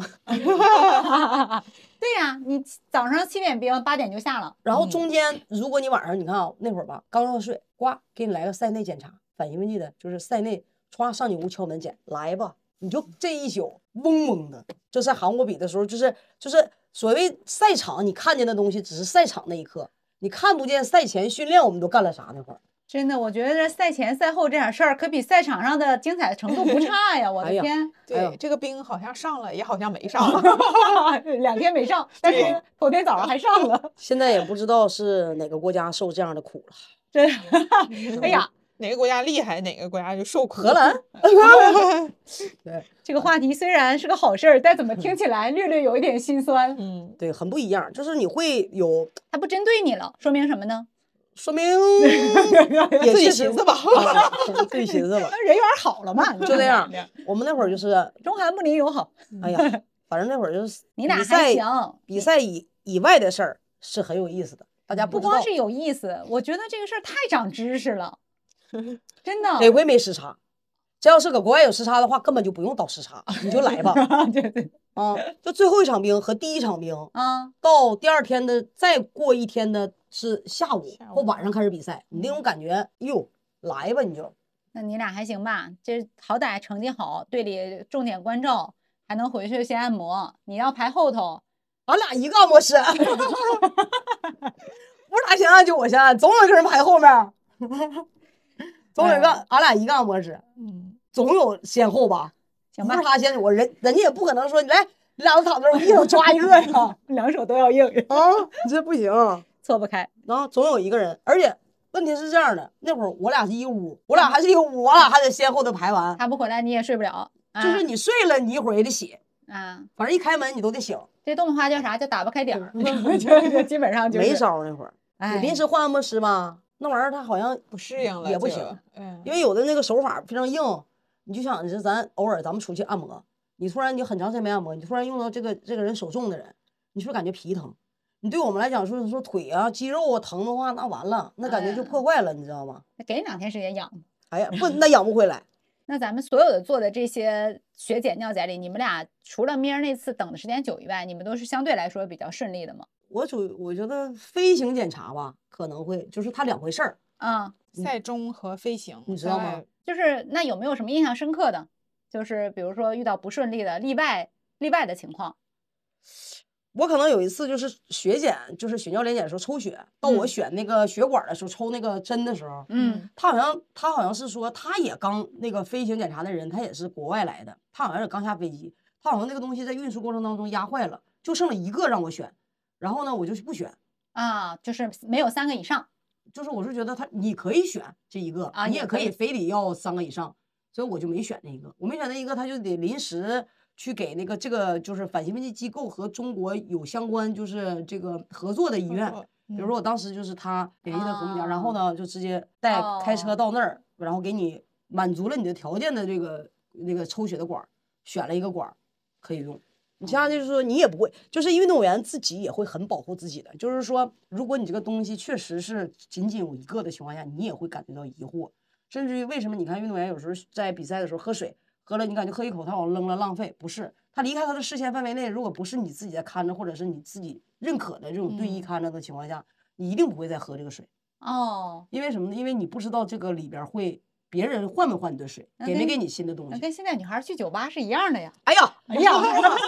对呀、你早上七点冰，八点就下了，然嗯后中间如果你晚上你看啊那会儿吧刚上睡，呱给你来个赛内检查，反兴奋剂的，就是赛内歘上你屋敲门检，来吧，你嗯就这一宿嗡嗡的。就在韩国比的时候，就是就是所谓赛场你看见的东西，只是赛场那一刻，你看不见赛前训练我们都干了啥那会儿。真的，我觉得赛前赛后这点事儿，可比赛场上的精彩程度不差呀！我的哎 *laughs* 呀天，哎呦对，这个冰好像上了，也好像 *laughs* 没上。两天没上，但是头天早上还上了，现在也不知道是哪个国家受这样的苦了， *laughs* 真的。哎呀，哪个国家厉害，哪个国家就受苦。荷兰 *laughs* 这个话题虽然是个好事儿，但怎么听起来略略有一点心酸？ *laughs* 嗯，对很不一样，就是你会有他不针对你了，说明什么 *laughs* 呢？*laughs* 说明也自己寻确实思吧。 *laughs* 啊 *laughs* 自己寻思吧，那 *laughs* 人缘好了嘛，你 *laughs* 就看那看 *laughs* 样人家。我们那会 *laughs* 儿就是中韩睦邻友好， *laughs* 哎呀，反正那会儿就是你俩比还赛行。比赛以以外的事儿是很有意思的，大家嗯不知光道是有意思，我觉得这个事儿太长知识 *laughs* 了，真的。 *laughs* 得亏没时差，这要是搁国外有时差的话，根本就不用倒时差，你 *laughs* 就来吧对对啊！就最后一场冰和第一场冰啊，到第二天的再过一天的是下午下或午晚上开始比赛，你那嗯种感觉，哟，来吧你就那你俩还行吧？这好歹成绩好，队里重点关照，还能回去先按摩。你要排后头，俺啊俩一个按摩师，不是他先按就我先按，总有一个人排后面儿，总有一个嗯俺俩一个按摩师，嗯，总有先后吧。行不吧是？他先，我人人家也不可能说你来，你俩都躺这儿，我一手抓一个呀， *laughs* 两手都要硬，啊，你这不行。错不开。然后总有一个人，而且问题是这样的，那会儿我俩是一屋，我俩还是一个屋，我俩还得先后的排完，他不回来你也睡不了，啊就是你睡了，你一会儿也得醒，啊，反正一开门你都得醒，这动画叫啥？叫打不开点儿， *laughs* 就就基本上啊就是没招儿那会儿。哎你临时换按摩师吧，那玩意儿他好像不适应了也不就行，嗯因，为有的那个手法非常硬，你就想，你说咱偶尔咱们出去按摩，你突然你很长时间没按摩，你突然用到这个这个人手重的人，你是不是感觉皮疼？你对我们来讲说说腿啊肌肉啊疼的话，那完了，那感觉就哎破坏了，你知道吗？那给你两天时间养吧。哎 *laughs* 呀，不，那养不回来。那咱们所有的做的这些学姐尿姐里，你们俩除了咪儿那次等的时间久以外，你们都是相对来说比较顺利的嘛？我主我觉得飞行检查吧，可能会就是它两回事儿。啊、赛中和飞行，你知在道吗外就是那有没有什么印象深刻的？就是比如说遇到不顺利的例外例外的情况，我可能有一次就是血检，就是血尿联检的时候抽血，到我嗯选那个血管的时候抽那个针的时候，嗯，他好像他好像是说他也刚那个飞行检查的人，他也是国外来的，他好像是刚下飞机，他好像那个东西在运输过程当中压坏了，就剩了一个让我选，然后呢我就不选，啊，就是没有三个以上，就是我是觉得他你可以选这一个，啊你也也可可以以非得要三个以上，所以我就没选那一个，我没选那一个，他就得临时去给那个这个就是反兴奋剂机构和中国有相关就是这个合作的医合院，作比嗯如说我当时就是他联系他朋友家，然后呢就直接带开哦车到那儿，然后给你满足了你的条件的这个那个抽血的管儿，选了一个管儿可以用。你相当于就是说你也不会，就是运动员自己也会很保护自己的，就是说如果你这个东西确实是仅仅有一个的情况下，你也会感觉到疑惑，甚至于为什么你看运动员有时候在比赛的时候喝水。喝了你感觉喝一口，他往扔了浪费，不是他离开他的视线范围内，如果不是你自己在看着，或者是你自己认可的这种队医嗯看着的情况下，你一定不会再喝这个水，哦，因为什么呢？因为你不知道这个里边儿会别人换没换你的水，那给没跟给你新的东那西。跟现在女孩去酒吧是一样 *laughs* 的呀。哎呀，哎呀， *laughs*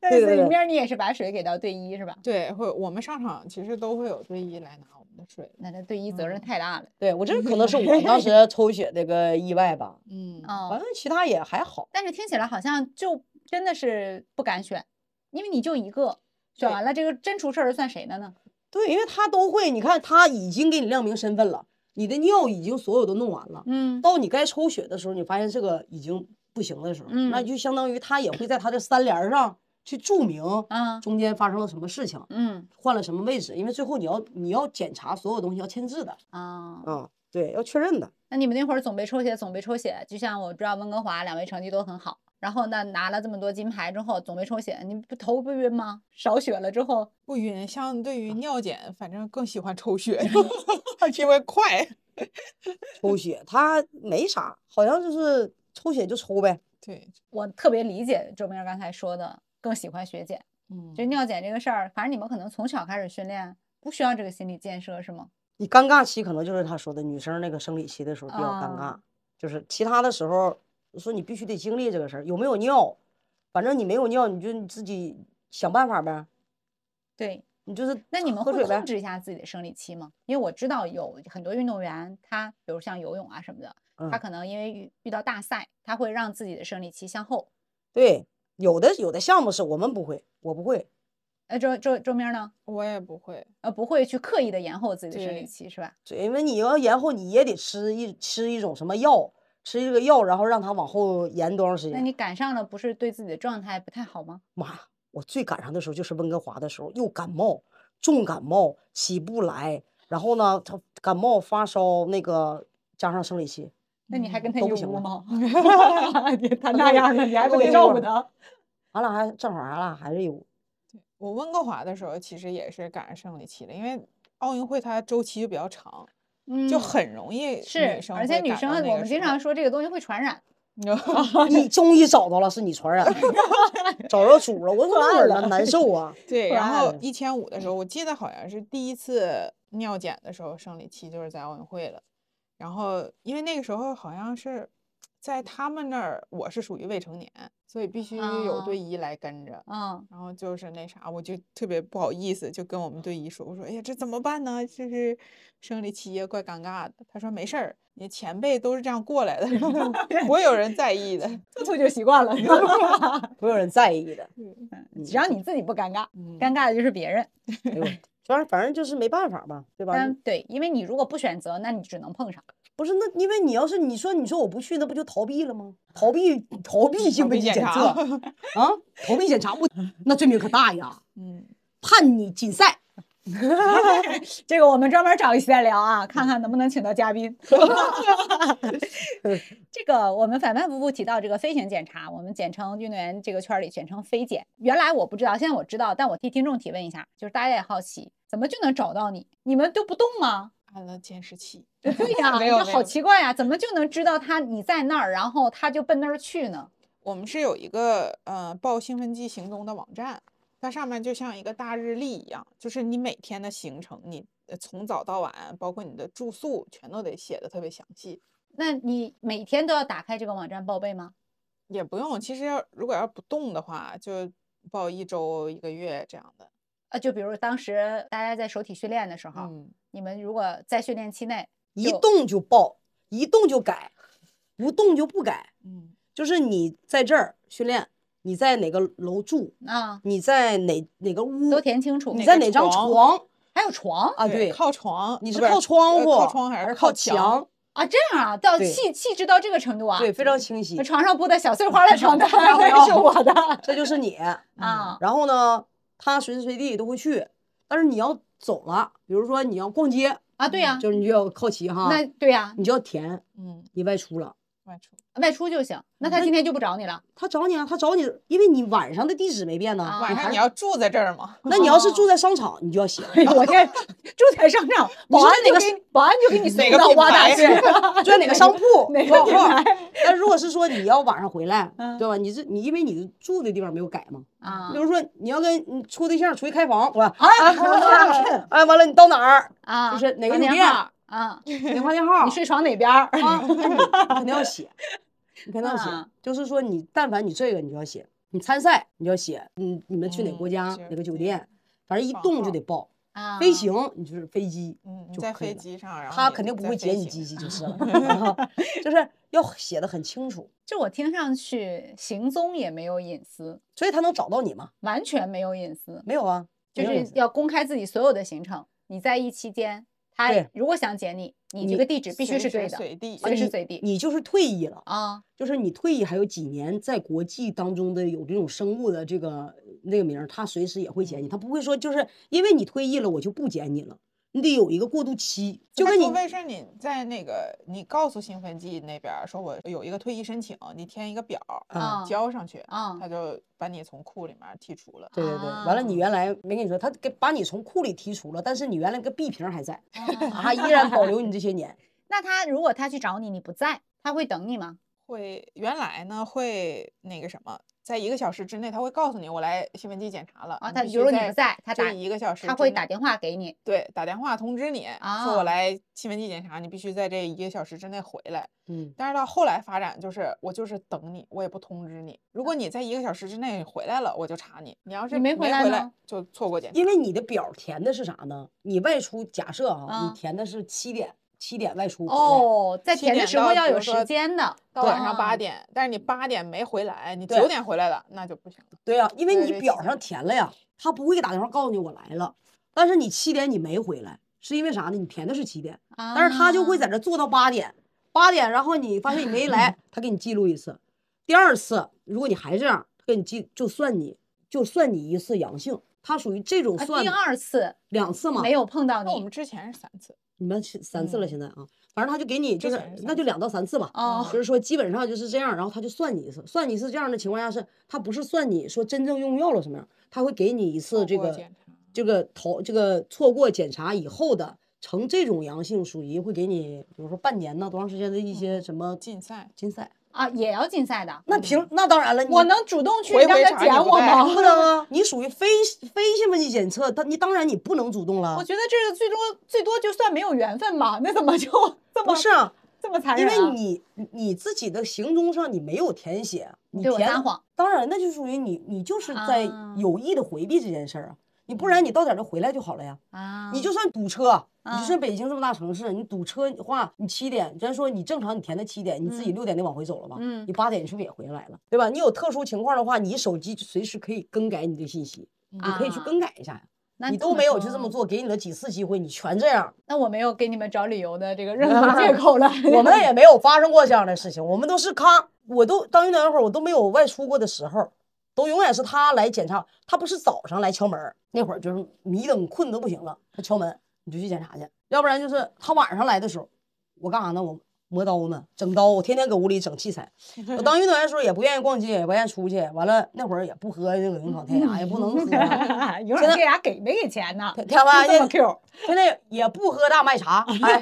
但对是对对明儿你也是把水给到队医是吧？对，会我们上场其实都会有队医来拿我们的水，那这队医责嗯任太大了。对我这可能是我当时抽血那个意外吧，嗯，反哦，正其他也还好。但是听起来好像就真的是不敢选，因为你就一个，选对完了这个真出事儿算谁的呢？对，因为他都会，你看他已经给你亮明身份了，你的尿已经所有都弄完了，嗯，到你该抽血的时候，你发现这个已经不行的时候，那嗯就相当于他也会在他的三联儿上去注明啊，中间发生了什么事情，嗯换了什么位置，因为最后你要你要检查所有东西要签字的，啊，嗯，对，要确认的。那你们那会儿总被抽血，总被抽血，就像我知道温哥华两位成绩都很好，然后那拿了这么多金牌之后，总被抽血，你不头不晕吗？少血了之后，不晕。像对啊于尿检，反正更喜欢抽 *laughs* 血，因为快。抽血他没啥，好像就是抽血就抽呗。对，我特别理解周明儿刚才说的，更喜欢学姐，嗯就尿检这个事儿，反正你们可能从小开始训练，不需要这个心理建设是吗？你尴尬期可能就是他说的女生那个生理期的时候比较尴尬，啊就是其他的时候说你必须得经历这个事儿，有没有尿，反正你没有尿你就你自己想办法呗，对，你就是那你们喝会水呗控。制一下自己的生理期吗？因为我知道有很多运动员，他比如像游泳啊什么的，他嗯可能因为遇遇到大赛，他会让自己的生理期向后。对，有的有的项目是我们不会，我不会，呃，周周周明儿呢？我也不会。呃，不会去刻意的延后自己的生理对期是吧？对，因为你要延后你也得吃一吃一种什么药，吃这个药，然后让它往后延多长时那间。你赶上了，不是对自己的状态不太好吗？妈呀，我最赶上的时候就是温哥华的时候，又感冒，重感冒起不来，然后呢，他感冒发烧，那个加上生理期，那你还跟嗯他都一不屋行了吗？你他那样的，你还都不一得照屋顾了他？俺俩还正好俺俩还是 *laughs* 有，我温哥华的时候其实也是赶上生理期了，因为奥运会它周期就比较长，嗯就很容易是女，生而且会女赶生到那我个们时经常候说这个东西会传染。你终于找到了，是你传染 *laughs* 的，找着主了，我怎么坏耳了难难受啊？ *laughs* 对，破然后案一千五的时候，我记得好像是第一次尿检的时候，生理期就是在奥运会了。然后因为那个时候好像是在他们那儿，我是属于未成年，所以必须有啊队医来跟着。嗯，然后就是那啥，我就特别不好意思，就跟我们队医说，我说，哎呀，这怎么办呢？这是生理期呀，怪尴尬的。他说没事儿，你前辈都是这样 *laughs* 过来的，不会有人在意的。兔兔就习惯 *laughs* 了， *laughs* *laughs* 不会有人在意的。嗯只要你自己不尴尬，嗯尴尬的就是别人。哎呦，反正反正就是没办法嘛，对吧？但对，因为你如果不选择，那你只能碰上。不是，那因为你要是你说你说我不去，那不就逃避了吗？逃 *laughs* 避逃避性被飞机检检测 *laughs* 查啊，逃避检查我那罪名可大呀， *laughs* 嗯，判你禁赛，这个我们专门找一期再聊啊，看看能不能请到嘉 *laughs* 宾。这个我们反反复复提到这个飞行检查，我们简称运动员这个圈儿里简称飞检。原来我不知道，现在我知道，但我替听众提问一下，就是大家也好奇，怎么就能找到你？你们都不动吗？ *laughs* 按了监视器。对呀、没有这没好有奇怪呀、怎么就能知道他你在那儿，然后他就奔那儿去呢？我们是有一个呃报兴奋剂行踪的网站，它上面就像一个大日历一样，就是你每天的行程，你呃从早到晚，包括你的住宿，全都得写的特别详细。那你每天都要打开这个网站报备吗？也不用，其实要如果要不动的话，就报一周、一个月这样的。啊，就比如当时大家在手体训练的时候，嗯，你们如果在训练期内一就动就报，一动就改，不动就不改。嗯，就是你在这儿训练，你在哪个楼住，啊，你在哪哪个屋，都填清楚，嗯你哪在个哪张床床还有床啊？对，靠床，你呃是不靠窗呃户，靠窗还是是靠墙？？啊，这样啊，到对细细致到这个程度啊，对，，非常清晰。床上铺的小碎花的 *laughs* 床单没有是我 *laughs* 的这就是你。嗯啊，然后呢，他随时随地都会去，但是你要走了，比如说你要逛街，啊，对呀，嗯就是你啊就要靠齐哈，那对呀，你就要填嗯，你外出了。外出。外出就嗯行，那他今天就不找你 *laughs* 了，他找你啊，他找你，因为你晚上的地址没变呢。啊晚还上你是要住在这儿吗？那你要是住在商场，你就要写 *laughs* 我这住在商 *laughs* 场，保安就给保安就 *laughs* 给你哪送个到品挖大牌街，，*laughs* 住在哪个商铺 *laughs* 哪个多少品号儿。牌但如果是说你要晚上回来嗯，对吧？你这你因为你住的地方没有改嘛，啊比如说你要跟你处对象出去开房，我啊 *laughs* 哎完了你到哪 *laughs* 儿，啊，就是哪个房酒间店号啊？电话电号，你睡床哪边儿？ *laughs* 啊，那你你肯定要写，你肯定要写啊。就是说，你但凡你这个，你就要写；你参赛，你就要写。你你们去哪嗯国家是哪个酒对店，反正一报动就号得报。啊飞行，你就是飞机，嗯，你就在可以飞了机上，然后他你肯定不在会飞截你行机器就是了啊，就是要写的很清楚，就我听上去行踪也没有隐私，所以他能找到你吗？完全没有隐私，没有啊，就没有意是思要公开自己所有的行程。你在一期间，他对如果想解你，你这你个地址必须随是时对的，随地啊随时你随地你就是退役了，啊就是你退役还有几年，在国际当中的有这种生物的这个那个名儿，他随时也会嗯捡你，他不会说就是因为你退役了我就不捡你了，你得有一个过渡期，就那跟你除非是你在那个，你告诉兴奋剂那边儿说，我有一个退役申请，你填一个表儿嗯啊交上去，啊他 *laughs* 就把你从库里面儿剔除了。对对对，完哦了你原来没跟你说，他给把你从库里剔除了，但是你原来那个 B 瓶还在，啊他！依然保留你这 *laughs* 些年。那他如果他去找你，你不在，他会等你吗？会原来呢会那个什么，在一个小时之内他会告诉你我来兴奋剂检查了啊，你他必比须如说你不在，他这打一个小时他之会内打电话给你对打电话通知你、说啊我来兴奋剂检查，你必须在这一个小时之内回来。嗯，但是到后来发展就是我就是等你，我也不通知你。如果你在一个小时之内回来了，我就查你；你要是嗯你没回回来呢就错过检查。因为你的表填的是啥呢？你外出假设啊，啊你填的是七点，七点外出回来，哦，在七填的点时候到要比有如时说间的，到晚上啊八点，但是你八点没回来，你对九点回来了，那就不行了。对呀、因为对你对表七上填了呀，他不会给打电话告诉你我来了，但是你七点你没回来，是因为啥呢？你填的是七点，但是他就会在啊这坐到八点，八点，然后你发现你没来，他给你记录一次，第二次如果你还这样，他给你记就算你就算你一次阳性，他属于这种啊算第的二次两次嘛，没有碰到那我们你之前是三次，你们是三次了嗯现在啊，反正他就给你就之是前是那三就两到三次吧，哦就是说基本上就是这样，然后他就算你一次，算你一次这样的情况下是，他不是算你说真正用药了什么样，他会给你一次错这过个检查这个头这个错过检查以后的呈这种阳性，属于会给你比如说半年呢多长时间的一嗯些什么禁赛。禁赛，啊，也要竞赛的。那凭那当然了，我你能主动去回让回他查捡你不我在吗？ *laughs* 不能啊，你属于非非兴奋剂检测，但你当然你不能主动我了，觉得这个最多最多就算没有缘分吧，那怎么就 *laughs* 这么不是啊，这么残因忍、啊？为你你你自己的行踪上你没有填写，你对我填撒了谎，当然那就属于你你就是在啊嗯有意的回避这件事儿啊，你不然你到点儿就回来就好了呀。啊，你就算堵车，你啊就算北京这么大城市，你堵车的话，你七点，咱说你正常你填的七点，你自己嗯六点得往回走了吧？嗯你八点你是不是也回来了？对吧？你有特殊情况的话，你手机随时可以更改你的信息，嗯你可以去啊更改一下呀。那啊你这都么没有去这说么，做，给你了几次机会，你全这样。那我没有给你们找理由的这个 *laughs* 任何借口了。我 *laughs* 们也没有发生过这样的事情，我们都是咔，我都当运动员会儿，我都没有外出过的时候。都永远是他来检查，他不是早上来敲门儿，那会儿就是迷瞪困得不行了，他敲门你就去检查去，要不然就是他晚上来的时候，我干啥呢？我磨刀呢，整刀，我天天搁屋里整器材。我当运动员的时候也不愿意逛街，也不愿意出去，完了那会儿也不喝那个营养天涯，也不能喝， *laughs* 有点啊现在啊这俩给没给钱呢？天天吧就这么天 Q，天天也不喝大麦茶，哎，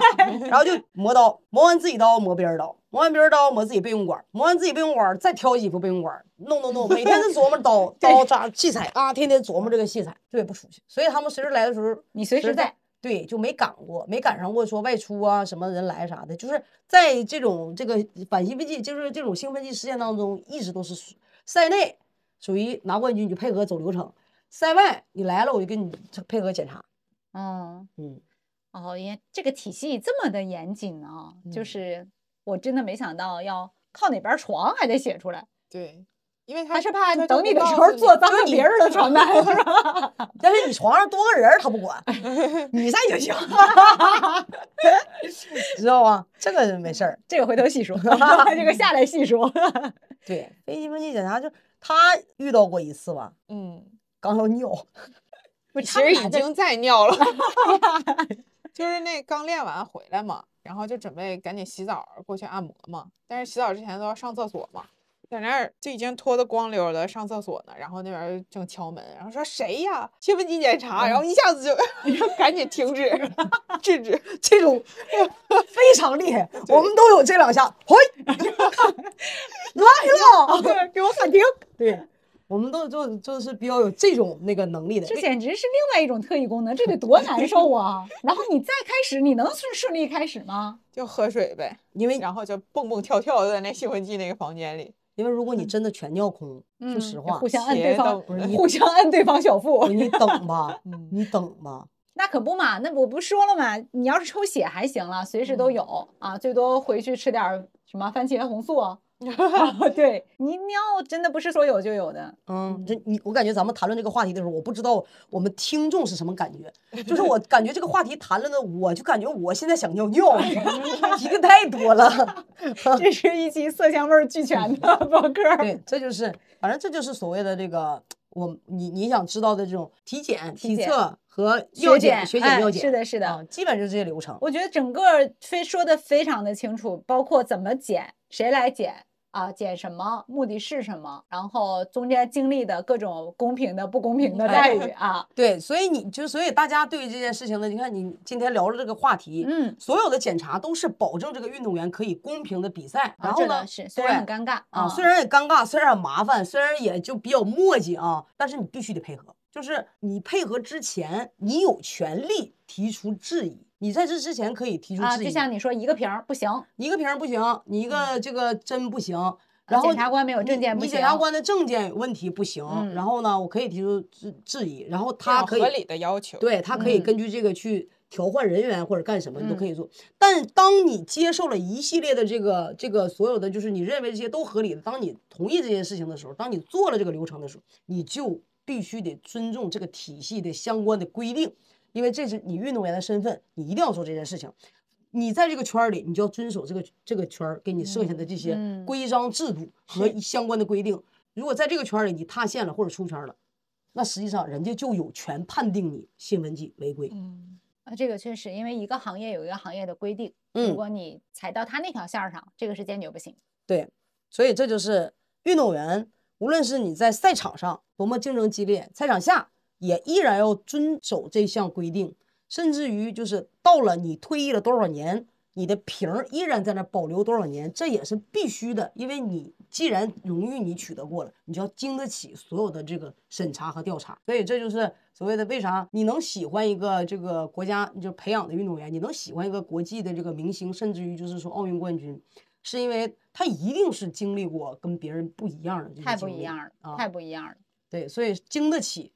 然后就磨刀，磨完自己刀磨别人刀，磨完别人刀磨自己备用管，磨完自己备用管再挑几副备用管，弄弄弄，每天都琢磨刀刀扎器材啊，天天琢磨这个器材，就也不出去。所以他们随时来的时候，你随时在。对，就没赶过，没赶上过说外出啊，什么人来啥的，就是在这种这个反兴奋剂，就是这种兴奋剂事件当中，一直都是属赛内属于拿冠军你就配合走流程，赛外你来了我就给你配合检查，嗯嗯，哦，也这个体系这么的严谨啊，就嗯是我真的没想到要靠哪边儿床还得写出来，对，因为他他是怕他就等不你的告时候诉你坐脏了你别人的床 *laughs* 单，是吧？但是你床上多个人儿他不管，你在 *laughs* 就行，知道吧？这个没事儿。这个回头细说，这个下来细说。 *laughs* 对，非兴奋剂检查就他遇到过一次吧，嗯，刚要 *laughs* 尿，不是其他们实俩已在经在尿了，就是那刚练完回来嘛，然后就准备赶紧洗澡儿过去按摩嘛，但是洗澡之前都要上厕所嘛。在那儿就已经脱得光溜儿的上厕所呢，然后那边儿正敲门，然后说谁呀？兴奋剂检查，然后一下子就赶紧停止， *laughs* 制止。这 *laughs* 种非常厉害，我们都有这两下， *laughs* 嘿，来了，对哦给我喊停， *laughs* 对，我们都就就是比较有这种那个能力的，这简直是另外一种特异功能，这得多难受啊！然后你再开始，你能顺顺利开始吗？就喝水呗，因为然后就蹦蹦跳跳的在那兴奋剂那个房间里，因为如果你真的全尿空，说实话嗯互，相摁对鞋方都不是，互相摁对方小腹。你等 *laughs* 吧，嗯，你等吧，那可不嘛，那我不说了嘛，你要是抽血还行了，随时都嗯有、啊，最多回去吃点儿什么番茄红素 *laughs* 啊。啊对你尿真的不是说有就有 *laughs* 的，嗯，这你我感觉咱们谈论这个话题的时候，我不知道我们听众是什么感觉，就是我感觉这个话题谈论的，我就感觉我现在想尿尿， *laughs* 一个太多了。这是一期色香味儿俱全的 *laughs* 博客。对，这就是，反正这就是所谓的这个我你你想知道的这种体检、体体检测和血尿检，检、血哎检、尿检，是的，是的。啊，基本就是这些流程。我觉得整个非说的非常的清楚，包括怎么减，谁来减啊，减什么，目的是什么，然后中间经历的各种公平的、不公平的待哎遇啊，对，所以你就所以大家对于这件事情呢，你看你今天聊了这个话题，嗯，所有的检查都是保证这个运动员可以公平的比赛，然啊后这呢，倒是虽然很对尴尬啊，虽然也尴尬，虽然很麻烦，虽然也就比较磨叽啊，但是你必须得配合。就是你配合之前，你有权利提出质疑。你在这之前可以提出啊，质就疑，像你说一个瓶儿不行，一个瓶儿不行，你一个这个针不行，然后啊检察官没有证你件不你行，检察官的证件有问题不行，嗯然后呢，我可以提出质质疑，然后这他种可以合理的要求，对他可以嗯根据这个去调换人员或者干什么，你都可以做。但当你接受了一系列的这个这个所有的，就是你认为这些都合理的，当你同意这件事情的时候，当你做了这个流程的时候，你就必须得尊重这个体系的相关的规定，因为这是你运动员的身份，你一定要做这件事情。你在这个圈儿里，你就要遵守这个这个圈儿给你设下的这些嗯规章制度和一相关的规定。如果在这个圈儿里你塌陷了或者出圈儿了，那实际上人家就有权判定你兴奋剂违规。嗯，啊，这个确实，因为一个行业有一个行业的规定，如嗯果你踩到他那条线儿上，这个是坚决不行。对，所以这就是运动员，无论是你在赛场上多么竞争激烈，赛场下也依然要遵守这项规定，甚至于就是到了你退役了多少年，你的瓶儿依然在那儿保留多少年，这也是必须的，因为你既然荣誉你取得过了，你就要经得起所有的这个审查和调查。所以这就是所谓的为啥你能喜欢一个这个国家就培养的运动员，你能喜欢一个国际的这个明星，甚至于就是说奥运冠军。是因为他一定是经历过跟别人不一样的这些太不经一历样了，啊太不一样了。对，所以经得起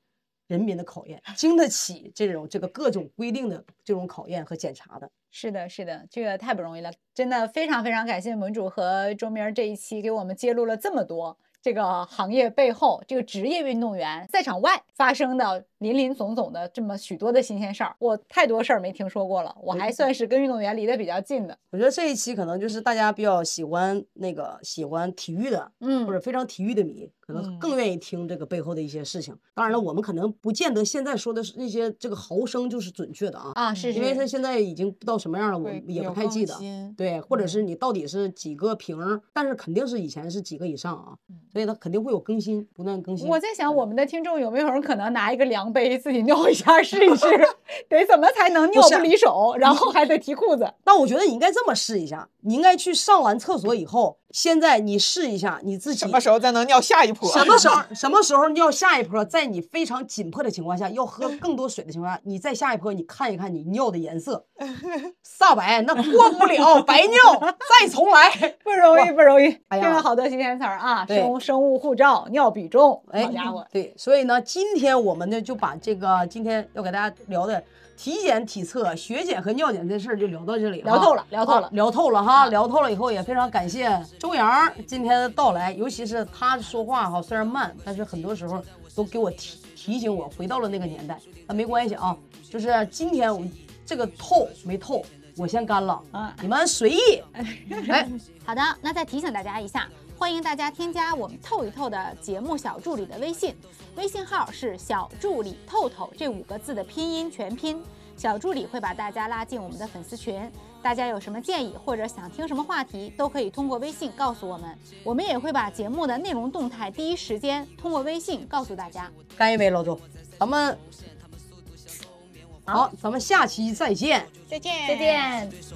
人民的考验，经得起这种这个各种规定的这种考验和检查的。是的，是的，这个太不容易了，真的非常非常感谢盟主和周明儿这一期给我们揭露了这么多这个行业背后，这个职业运动员赛场外发生的林林总总的这么许多的新鲜事儿，我太多事儿没听说过了，我还嗯算是跟运动员离得比较近的，我觉得这一期可能就是大家比较喜欢那个喜欢体育的，嗯或者非常体育的迷，可可能嗯更愿意听这个背后的一些事情。当然了，我们可能不见得现在说的是那些这个毫升就是准确的啊，啊，是是，因为它现在已经到什么样了，我对们也有不太更记得。新对，或者嗯是你到底是几个瓶儿，但是肯定是以前是几个以上啊，嗯所以它肯定会有更新，不断更新。我在想，我们的听众有没有人可能拿一个量杯自己尿一下试 *laughs* 一试？得怎么才能尿是不离手，然后还得提裤子？那我觉得你应该这么试一下，你应该去上完厕所以后，现在你试一下你自己什么时候再啊能尿下一波？什么时候什么时候尿下一波，在你非常紧迫的情况下，要喝嗯更多水的情况下，你再下一波，你看一看你尿的颜色， *laughs* 煞白那过不了，白尿，再重来。不容易，不容易。哎听呀了好多新鲜词儿啊，对生生物护照、尿比重，哎好家 *laughs* 伙，，对，所以呢，今天我们呢就把这个今天要给大家聊的体检、体测、血检和尿检这事儿就聊到这里，聊透了，。聊透啊了。聊透了哈，聊透了以后也非常感谢周洋今天的到来，尤其是他说话哈，虽然慢，但是很多时候都给我提提醒我回到了那个年代。啊，没关系啊，就是今天我这个透没透，我先干了啊你们随意。 *laughs* 哎，好的，那再提醒大家一下，欢迎大家添加我们“透一透”的节目小助理的微信，微信号是“小助理透透”这五个字的拼音全拼。小助理会把大家拉进我们的粉丝群，大家有什么建议或者想听什么话题，都可以通过微信告诉我们，我们也会把节目的内容动态第一时间通过微信告诉大家。干一杯，老周，咱们好，咱们下期再见。再见，再见。对手